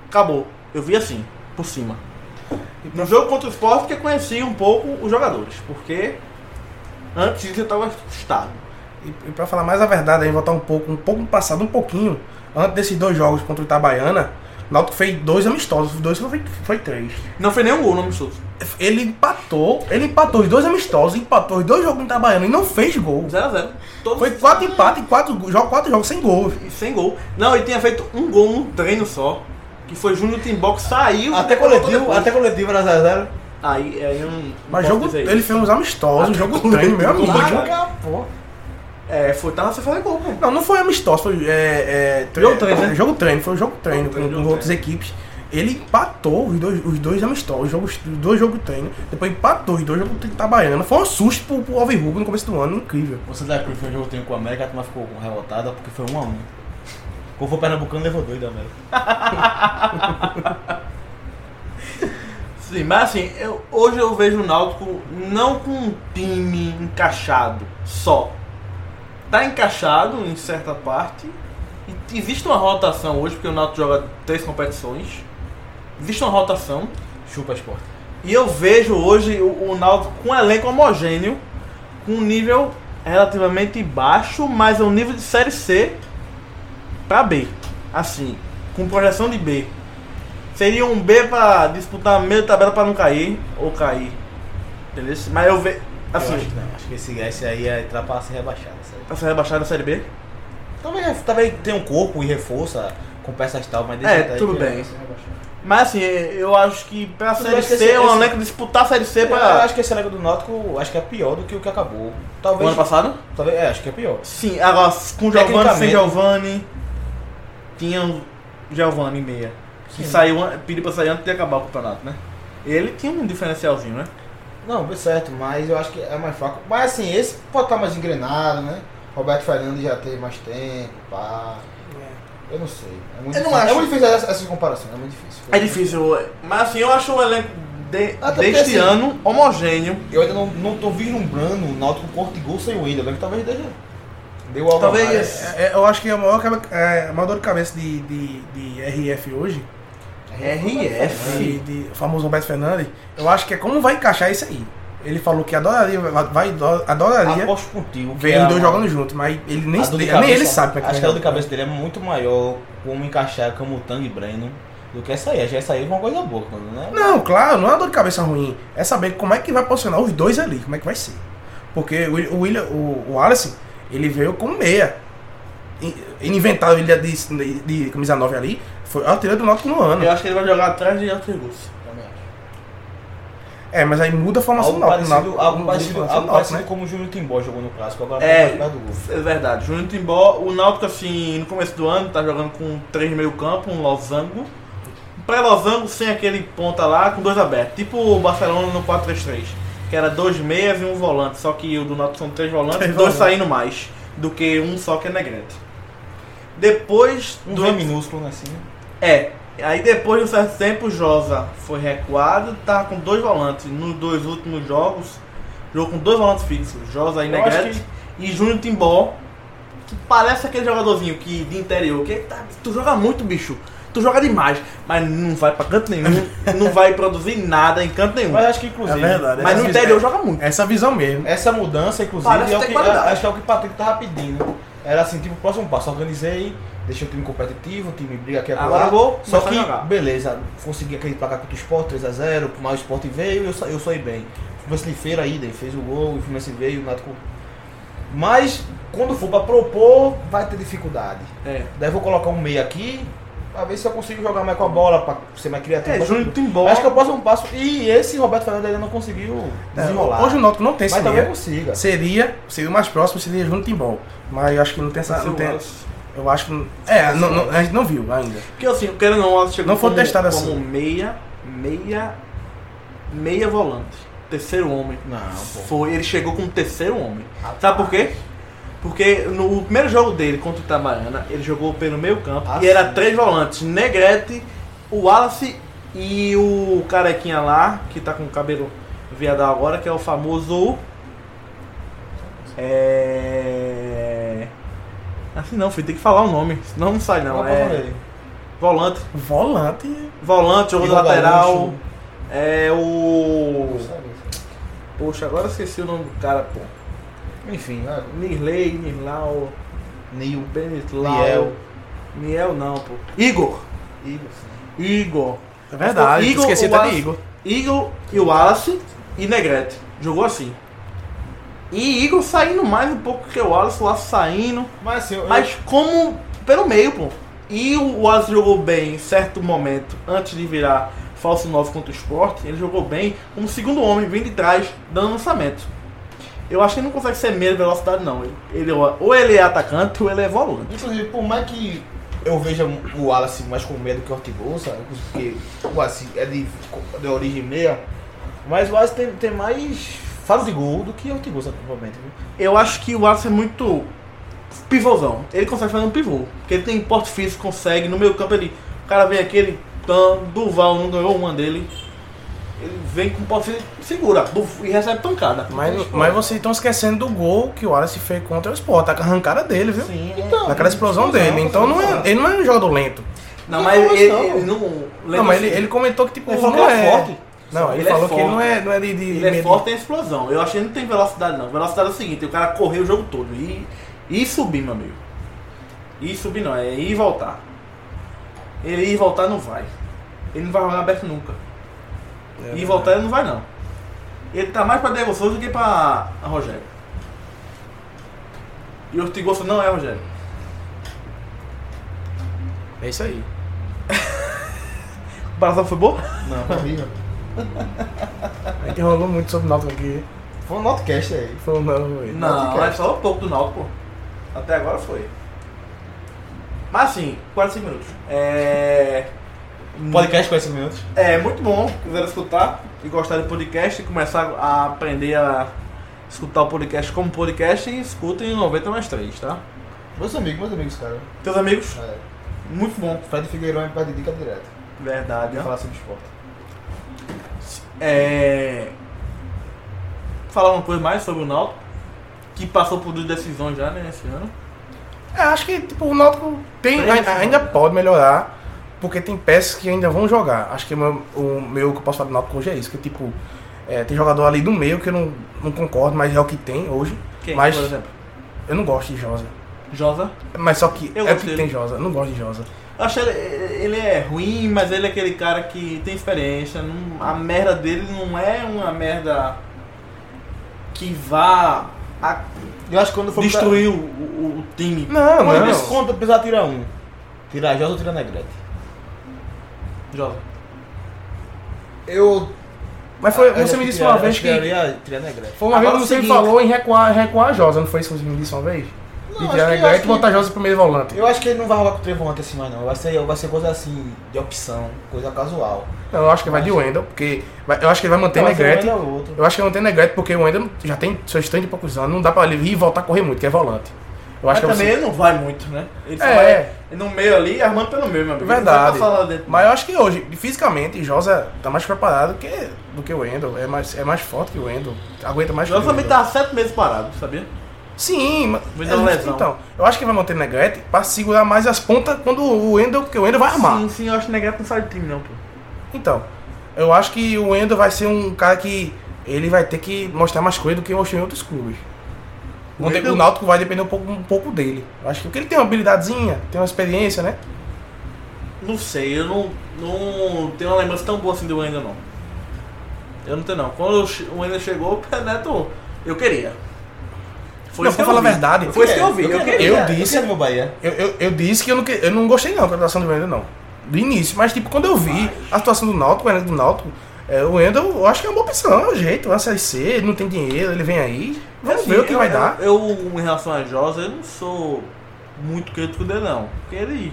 Speaker 2: Acabou. Eu vi assim, por cima. No jogo contra o Sport que eu conheci um pouco os jogadores, porque antes disso eu tava assustado.
Speaker 4: E, e pra falar mais a verdade, aí voltar um pouco, um pouco no passado, um pouquinho, antes desses dois jogos contra o Itabaiana, o Náutico fez dois amistosos, os dois foi, foi três.
Speaker 2: Não foi nenhum gol no amistoso.
Speaker 4: Ele empatou, ele empatou os dois amistosos, empatou os dois jogos no Itabaiana e não fez gol.
Speaker 2: 0x0.
Speaker 4: Foi quatro empates e quatro, go- jo- quatro jogos sem gol.
Speaker 2: sem gol. Não, ele tinha feito um gol num treino só. Que foi Júnior Timbó que saiu.
Speaker 3: Até
Speaker 2: voltou
Speaker 3: coletivo,
Speaker 2: depois.
Speaker 3: até coletivo era 0x0.
Speaker 2: Aí, aí eu não, não
Speaker 4: Mas
Speaker 2: posso
Speaker 4: jogo,
Speaker 2: dizer
Speaker 4: ele
Speaker 2: isso.
Speaker 4: fez uns amistosos,
Speaker 2: Até
Speaker 4: jogo
Speaker 2: com-
Speaker 4: treino, né? meu
Speaker 2: com-
Speaker 4: amigo.
Speaker 2: Larga, É, foi, tava sem fazer gol, pô.
Speaker 4: Não, não foi amistoso, foi é, é, tre-
Speaker 2: Jogo treino, né?
Speaker 4: é, jogo treino, foi um jogo treino
Speaker 2: Jogo treino,
Speaker 4: com,
Speaker 2: jogo
Speaker 4: com outras equipes. Ele empatou os dois, os dois amistosos, os, jogos, os dois jogos treino, depois empatou os dois jogos treino Itabaiana. Foi um susto pro, pro Alvin Rubio no começo do ano, incrível.
Speaker 3: Você da Cruz foi um jogo que eu tenho com o América, a turma ficou revoltada porque foi 1x1. Quando foi Pernambucano, levou dois da América.
Speaker 2: Sim, mas assim, eu- hoje eu vejo o Náutico não com um time encaixado só. Tá encaixado em certa parte. E existe uma rotação hoje, porque o Náutico joga três competições. Existe uma rotação.
Speaker 3: Chupa esporte.
Speaker 2: E eu vejo hoje o, o Náutico com um elenco homogêneo, com um nível relativamente baixo, mas é um nível de série C pra B. Assim, com projeção de B. Seria um B pra disputar meio de tabela pra não cair ou cair. Entendeu? Mas eu vejo
Speaker 3: eu acho
Speaker 2: assim,
Speaker 3: que não. Acho que esse, esse aí ia entrar pra ser rebaixado. Sabe?
Speaker 2: pra ser rebaixado na série B.
Speaker 3: Talvez, talvez tenha um corpo e reforça com peças tal, mas
Speaker 2: É,
Speaker 3: até
Speaker 2: tudo
Speaker 3: que- é.
Speaker 2: bem. Mas assim, eu acho que pra
Speaker 3: Tudo
Speaker 2: série
Speaker 3: bem que
Speaker 2: C
Speaker 3: esse-
Speaker 2: é um
Speaker 3: esse-
Speaker 2: elenco disputar a série C
Speaker 3: Eu
Speaker 2: pra
Speaker 3: acho que esse elenco do Náutico acho que é pior do que o que acabou.
Speaker 2: o
Speaker 3: Talvez.
Speaker 2: ano passado?
Speaker 3: talvez é, acho que é pior.
Speaker 2: Sim, agora com Giovanni, sem
Speaker 3: Tecnicamente.
Speaker 2: Giovanni. Tinha um Giovanni meia. Que
Speaker 3: Sim.
Speaker 2: saiu, an- pediu pra sair antes de acabar o campeonato, né? Ele tinha um diferencialzinho, né?
Speaker 3: Não, bem certo, mas eu acho que é mais fraco. Mas assim, esse pode estar mais engrenado, né? Roberto Fernandes já teve mais tempo, pá. Eu não sei. É muito,
Speaker 4: Eu não
Speaker 3: difícil.
Speaker 4: acho.
Speaker 3: É muito difícil essa, essa comparação, é muito difícil.
Speaker 2: É difícil, mas assim, eu acho o elenco de-
Speaker 3: Até porque,
Speaker 2: deste
Speaker 3: assim,
Speaker 2: ano homogêneo.
Speaker 3: Eu ainda não, não tô vislumbrando o Náutico com corte de gol sem o Wendel, né? Que talvez deixa. Deu algo a
Speaker 2: Talvez-
Speaker 3: mais.
Speaker 4: É, é, eu acho que a maior, cabe- é, a maior dor de cabeça de, de, de RF hoje, É,
Speaker 2: RF.
Speaker 4: de, de o famoso Roberto Fernandes, eu acho que é como vai encaixar isso aí. Ele falou que adoraria, vai, ador- adoraria
Speaker 3: Aposto contigo. que é
Speaker 4: ver os
Speaker 3: a-
Speaker 4: dois jogando junto, mas ele nem,
Speaker 3: a dor de
Speaker 4: nem
Speaker 3: cabeça-
Speaker 4: ele sabe como é
Speaker 3: Acho que a
Speaker 4: vai
Speaker 3: dor de
Speaker 4: jogar.
Speaker 3: cabeça dele é muito maior como encaixar Camutanga e Breno do que essa aí. Acho que essa aí é uma coisa boa, né?
Speaker 4: Não, claro, não é uma dor de cabeça ruim. É saber como é que vai posicionar os dois ali, como é que vai ser. Porque o, Wil- o, William, o, o Alisson, ele veio como meia. In- Ele inventaram ele de, de, de camisa 9 ali, foi a trilha do Náutico no ano.
Speaker 2: Eu acho que ele vai jogar atrás de Altrigus.
Speaker 3: Também acho.
Speaker 4: É, mas aí muda a formação
Speaker 3: Algo
Speaker 4: do Náutico.
Speaker 3: parecido,
Speaker 4: Náutico-
Speaker 3: algo
Speaker 4: muda a
Speaker 3: parecido,
Speaker 4: formação
Speaker 3: algo
Speaker 4: do Náutico,
Speaker 3: parecido
Speaker 4: né?
Speaker 3: como o Júnior Timbó jogou no clássico, agora
Speaker 2: É.
Speaker 3: mais perto do gol.
Speaker 2: É verdade. Júnior Timbó, o Náutico, assim, no começo do ano, tá jogando com três meio campo, um losango. Um pré-losango sem aquele ponta lá, com dois abertos. Tipo o Barcelona no 4-3-3, que era dois meias e um volante. Só que o do Náutico são três volantes,
Speaker 4: Três
Speaker 2: dois
Speaker 4: volantes.
Speaker 2: saindo mais do que um só que é negrete. Depois
Speaker 3: Um
Speaker 2: do
Speaker 3: V minúsculo, né, assim.
Speaker 2: É. Aí depois de um certo tempo, o Josa foi recuado, tá com dois volantes. Nos dois últimos jogos, jogou com dois volantes fixos, Josa e
Speaker 3: Eu acho
Speaker 2: Negrete e Júnior Timbó, que parece aquele jogadorzinho que de interior, que tá- tu joga muito, bicho. Tu joga demais, mas não vai pra canto nenhum, não vai produzir nada em canto nenhum.
Speaker 3: Mas acho que, inclusive,
Speaker 4: É verdade,
Speaker 2: Mas no
Speaker 4: é-
Speaker 2: interior joga muito.
Speaker 4: Essa visão mesmo. É,
Speaker 3: essa mudança, inclusive,
Speaker 2: Parece
Speaker 3: é o
Speaker 2: ter
Speaker 3: que,
Speaker 2: qualidade.
Speaker 3: é- acho que é o que o Patrick tava pedindo. Era assim, tipo, próximo passo, organizei, deixei o time competitivo, o time briga aqui
Speaker 2: Agora
Speaker 3: agora.
Speaker 2: eu Ah, vou
Speaker 3: Só
Speaker 2: começar a
Speaker 3: que,
Speaker 2: jogar.
Speaker 3: beleza, consegui aquele placar contra o Sport 3x0, mas o Sport veio e eu, sa- eu saí bem. O Fluminense de feira aí, daí fez o gol, o Fluminense veio, o Náutico... Mas, quando for pra propor, vai ter dificuldade.
Speaker 2: É.
Speaker 3: Daí eu vou colocar um meio aqui, pra ver se eu consigo jogar mais com a bola, pra ser mais criativo.
Speaker 2: É, Júnior Timbó.
Speaker 3: Acho que é o próximo passo. E esse Roberto Fernandes ainda não conseguiu
Speaker 2: É,
Speaker 3: desenrolar.
Speaker 4: Hoje o Náutico não tem esse
Speaker 3: mas é talvez
Speaker 4: meia.
Speaker 3: consiga.
Speaker 4: Seria, seria o mais próximo, seria Júnior Timbó. Mas eu acho que não tem essa.
Speaker 2: Seu
Speaker 4: Não tem,
Speaker 2: Wallace.
Speaker 4: eu acho que. É, não- não- a gente não viu ainda.
Speaker 2: Porque assim, querendo ou não, o Wallace chegou
Speaker 4: Não foi
Speaker 2: como,
Speaker 4: testado
Speaker 2: como
Speaker 4: assim.
Speaker 2: meia, meia, meia volante. Terceiro homem.
Speaker 3: Não, pô.
Speaker 2: Foi, ele chegou como terceiro homem. Sabe por quê? Porque no primeiro jogo dele contra o Itabaiana, ele jogou pelo meio campo
Speaker 3: Ah,
Speaker 2: e era
Speaker 3: sim.
Speaker 2: três volantes. Negrete, o Wallace e o carequinha lá, que tá com o cabelo viadal agora, que é o famoso... É... Assim não, filho, tem que falar o nome, senão não sai não.
Speaker 3: Qual é o nome
Speaker 2: É...
Speaker 3: dele?
Speaker 2: Volante.
Speaker 4: Volante.
Speaker 2: Volante, jogo
Speaker 3: Igor
Speaker 2: lateral.
Speaker 3: Gaúcho.
Speaker 2: É o.
Speaker 3: Sabe?
Speaker 2: Poxa, agora eu esqueci o nome do cara, pô.
Speaker 3: Enfim, né?
Speaker 2: Nirley, Nirlau,
Speaker 3: Neil.
Speaker 2: Benitlau.
Speaker 3: Niel.
Speaker 2: Niel não, pô. Igor.
Speaker 3: Igor, sim.
Speaker 2: Igor.
Speaker 4: É verdade.
Speaker 2: Igor,
Speaker 4: esqueci
Speaker 2: o
Speaker 4: até de
Speaker 2: Wallace-
Speaker 4: Igor.
Speaker 2: Igor e o Wallace e Negrete. Jogou assim. E Igor saindo mais um pouco que o Wallace, o Wallace saindo.
Speaker 3: Mas assim, eu,
Speaker 2: Mas como pelo meio, pô. E o Wallace jogou bem em certo momento, antes de virar falso 9 contra o Sport, ele jogou bem como segundo homem, vindo de trás, dando lançamento. Eu acho que ele não consegue ser meia velocidade, não. Ele, ele- ou ele é atacante ou ele é volante.
Speaker 3: inclusive, por mais que eu veja o Wallace mais com medo que o Ortigosa, porque o Wallace é de, de origem meia, mas o Wallace tem, tem mais fase de gol do que o Ortigosa, provavelmente. viu?
Speaker 2: Eu acho que o Wallace é muito pivôzão. Ele consegue fazer um pivô. Porque ele tem porte físico, consegue. No meio campo ele. O cara vem aqui, ele. Tan, Duval não ganhou uma dele. Ele vem com porte físico, segura. buf, e recebe pancada.
Speaker 4: Mas, mas vocês estão esquecendo do gol que o Alice fez contra o Sport, tá com a arrancada dele, viu?
Speaker 2: Sim,
Speaker 3: Então,
Speaker 4: Naquela explosão dele. Então não é, ele não é um jogador lento.
Speaker 2: Não, mas
Speaker 3: Não,
Speaker 2: ele,
Speaker 3: não.
Speaker 2: ele não.
Speaker 4: não, mas ele, ele comentou que tipo,
Speaker 2: assim. Ele falou
Speaker 4: não
Speaker 2: que ele
Speaker 4: é
Speaker 2: é forte.
Speaker 4: Não, ele,
Speaker 2: Ele é
Speaker 4: falou que
Speaker 2: forte.
Speaker 4: ele não é, não é de, de
Speaker 2: Ele é
Speaker 4: meio-
Speaker 2: forte em explosão. Eu achei que não tem velocidade, não. Velocidade é o seguinte: o cara correr o jogo todo e, e subir, meu amigo. E subir não, é ir e voltar. Ele ir e voltar não vai. Ele não vai jogar aberto nunca.
Speaker 4: É,
Speaker 2: ir e voltar ele não vai, não. Ele tá mais pra Diego Souza do que pra Rogério. E o Ortigoso não é Rogério.
Speaker 4: É isso aí.
Speaker 2: O Brasão foi bom?
Speaker 3: Não, foi horrível.
Speaker 4: A gente rolou muito sobre o Náutico aqui.
Speaker 3: Foi um notcast aí.
Speaker 4: Foi um não, velho.
Speaker 2: Não,
Speaker 3: Náutico é.
Speaker 2: mas só um pouco do Náutico, pô. Até agora foi. Mas assim, 45 minutos. É...
Speaker 3: Um Podcast com esses minutos.
Speaker 5: É muito bom, quiseram escutar e gostar de podcast e começar a aprender a escutar o podcast como podcast, escutem 90 mais 3, tá?
Speaker 3: Meus amigos, meus amigos, cara.
Speaker 5: Teus amigos,
Speaker 3: É,
Speaker 5: muito bom.
Speaker 3: Fred Figueiredo é me pede dica direto.
Speaker 5: Verdade,
Speaker 3: De
Speaker 5: ó.
Speaker 3: falar sobre esporte.
Speaker 5: É.
Speaker 2: Falar uma coisa mais sobre o Náutico, que passou por duas decisões já, né, esse ano.
Speaker 4: É, acho que tipo, o Náutico tem,
Speaker 2: Tem
Speaker 4: a-
Speaker 2: esse
Speaker 4: ainda pode melhorar, porque tem peças que ainda vão jogar. Acho que o meu, o meu que eu posso falar do Náutico hoje é isso, que tipo, é, tem jogador ali do meio que eu não, não concordo, mas é o que tem hoje.
Speaker 2: Quem,
Speaker 4: mas
Speaker 2: por exemplo?
Speaker 4: eu não gosto de Josa.
Speaker 2: Josa.
Speaker 4: Mas só que
Speaker 2: Eu
Speaker 4: é o
Speaker 2: gosto
Speaker 4: que
Speaker 2: dele.
Speaker 4: tem Josa, eu não gosto de Josa.
Speaker 2: Eu acho ele, ele é ruim, mas ele é aquele cara que tem experiência. não- a merda dele não é uma merda que vá a-
Speaker 3: Eu acho que quando for
Speaker 2: destruir o, o- o time.
Speaker 4: Não,
Speaker 3: Quando
Speaker 4: não.
Speaker 3: eles contam, precisar tirar um. Tirar Jota ou tirar Negrete?
Speaker 2: Josa.
Speaker 3: Eu.
Speaker 4: Mas foi,
Speaker 3: Ah, eu acho
Speaker 4: você me disse
Speaker 3: tiraria-
Speaker 4: uma vez
Speaker 3: acho
Speaker 4: que.
Speaker 3: Tiraria, tirar Negrete.
Speaker 4: Foi uma vez
Speaker 2: Agora
Speaker 4: que
Speaker 2: o
Speaker 4: você me
Speaker 2: seguinte-
Speaker 4: falou em recuar, recuar a Josa, não foi isso que você me disse uma vez?
Speaker 3: acho
Speaker 4: de tirar
Speaker 3: que-
Speaker 4: a Negrete
Speaker 3: acho
Speaker 4: e
Speaker 3: que-
Speaker 4: botar a Josa pro primeiro volante.
Speaker 3: Eu acho que ele não vai rolar com o Trevonte assim mais não. Vai ser, vai ser coisa assim, de opção, coisa casual.
Speaker 4: Não, eu acho que vai de Wendel, porque vai- eu acho que ele vai manter
Speaker 3: Vai ser um
Speaker 4: Negrete.
Speaker 3: melhor outro.
Speaker 4: Eu acho que ele não tem Negrete porque o Wendel já tem seus 30 e poucos anos, não dá pra ele ir e voltar a correr muito, que é volante. Eu
Speaker 2: Mas
Speaker 4: acho que
Speaker 2: também
Speaker 4: é
Speaker 2: ele não vai muito, né? Ele só
Speaker 4: É.
Speaker 2: vai no meio ali, armando pelo meio, meu amigo. Ele
Speaker 4: Verdade.
Speaker 2: só passa lá dentro.
Speaker 4: Mas eu acho que hoje, fisicamente, Josa tá mais preparado que, do que o Wendel. É mais, é mais forte que o Wendel. Aguenta mais que
Speaker 2: Josa
Speaker 4: o
Speaker 2: também
Speaker 4: Wendel.
Speaker 2: tá há sete meses parado, sabia?
Speaker 4: Sim, mas.
Speaker 2: Vem dar uma lesão.
Speaker 4: Então, eu acho que vai manter Negrete pra segurar mais as pontas quando o Wendel. Porque o Wendel vai armar.
Speaker 2: Sim, sim, eu acho que Negrete não é sai do time, não, pô.
Speaker 4: Então, eu acho que o Wendel vai ser um cara que ele vai ter que mostrar mais coisa do que mostrou em outros clubes. O, Wendel- o Náutico vai depender um pouco, um pouco dele. Eu acho que porque ele tem uma habilidadezinha, tem uma experiência, né?
Speaker 2: Não sei, eu não, não tenho uma lembrança tão boa assim do Wendel, não. Eu não tenho, não. Quando o che- o Wendel chegou, o Neto, eu queria.
Speaker 4: Não,
Speaker 2: isso que
Speaker 4: pra falar
Speaker 2: eu vi.
Speaker 4: a verdade,
Speaker 2: Foi isso que eu vi. Eu queria.
Speaker 4: eu disse-
Speaker 3: É, Eu quero meu Bahia.
Speaker 4: Eu, eu, eu disse que eu não, que- eu não gostei não da atuação do Wendel, não. Do início, mas tipo, quando eu vi a atuação do Náutico, o Wendel do Náutico, é, o Wendel, eu acho que é uma boa opção, é o jeito, é a Série C, ele não tem dinheiro, ele vem aí, vamos
Speaker 2: Assim,
Speaker 4: ver o que
Speaker 2: eu-
Speaker 4: vai
Speaker 2: eu-
Speaker 4: dar.
Speaker 2: Eu, em relação a Josa, eu não sou muito crítico dele, não. Porque ele.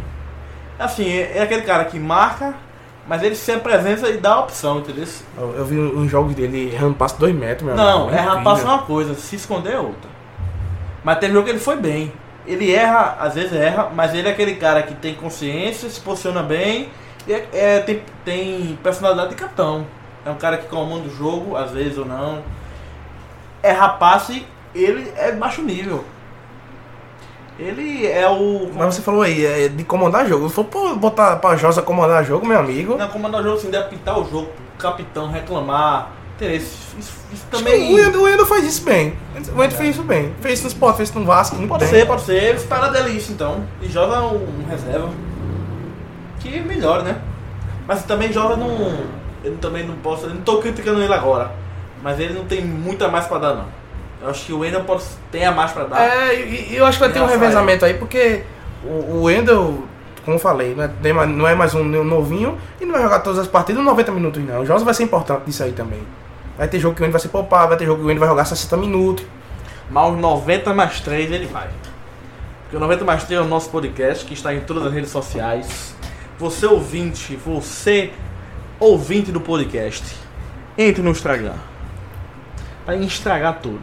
Speaker 2: Assim, é, é aquele cara que marca, mas ele sem presença e dá a opção, entendeu?
Speaker 4: Eu, eu vi uns jogos dele, errando passe dois metros, meu
Speaker 2: Não,
Speaker 4: amigo, é
Speaker 2: errar
Speaker 4: incrível.
Speaker 2: passa uma coisa, se esconder é outra. Mas teve jogo que ele foi bem. Ele erra, às vezes erra, mas ele é aquele cara que tem consciência, se posiciona bem e é- é, tem, tem personalidade de capitão. É um cara que comanda o jogo, às vezes ou não. Errar passe, ele é baixo nível. Ele é o.
Speaker 4: Mas você falou aí, é, de comandar jogo. Se for pô, botar pra Josa comandar jogo, meu amigo.
Speaker 2: Não, comandar o jogo assim, deve pintar o jogo, o capitão, reclamar. Entendeu? Isso, isso, isso
Speaker 4: acho
Speaker 2: também.
Speaker 4: que O Endo, o Endo faz isso bem. O Endo fez isso bem. Fez isso no Sport, fez isso no Vasco. Muito
Speaker 2: Pode
Speaker 4: bem.
Speaker 2: ser, pode ser. Espera dele isso então. E joga um, um reserva. Que melhor, né? Mas também joga num. Eu também não posso. Eu não tô criticando ele agora. Mas ele não tem muita mais pra dar, não. Eu acho que o Wendel pode ter a mais pra dar.
Speaker 4: É, e, e eu acho que vai ter um
Speaker 2: Nossa,
Speaker 4: revezamento aí, porque o, o Endo, como eu falei, não é, nem ma- não é mais um um novinho e não vai jogar todas as partidas em 90 minutos, não. O Josa vai ser importante nisso aí também. Vai ter jogo que o Endo vai ser poupado, vai ter jogo que o Endo vai jogar 60 minutos.
Speaker 2: Mas os 90 mais 3 ele vai. Porque o 90 mais 3 é o nosso podcast que está em todas as redes sociais. Você ouvinte, você ouvinte do podcast, entre no Instagram. Pra estragar tudo.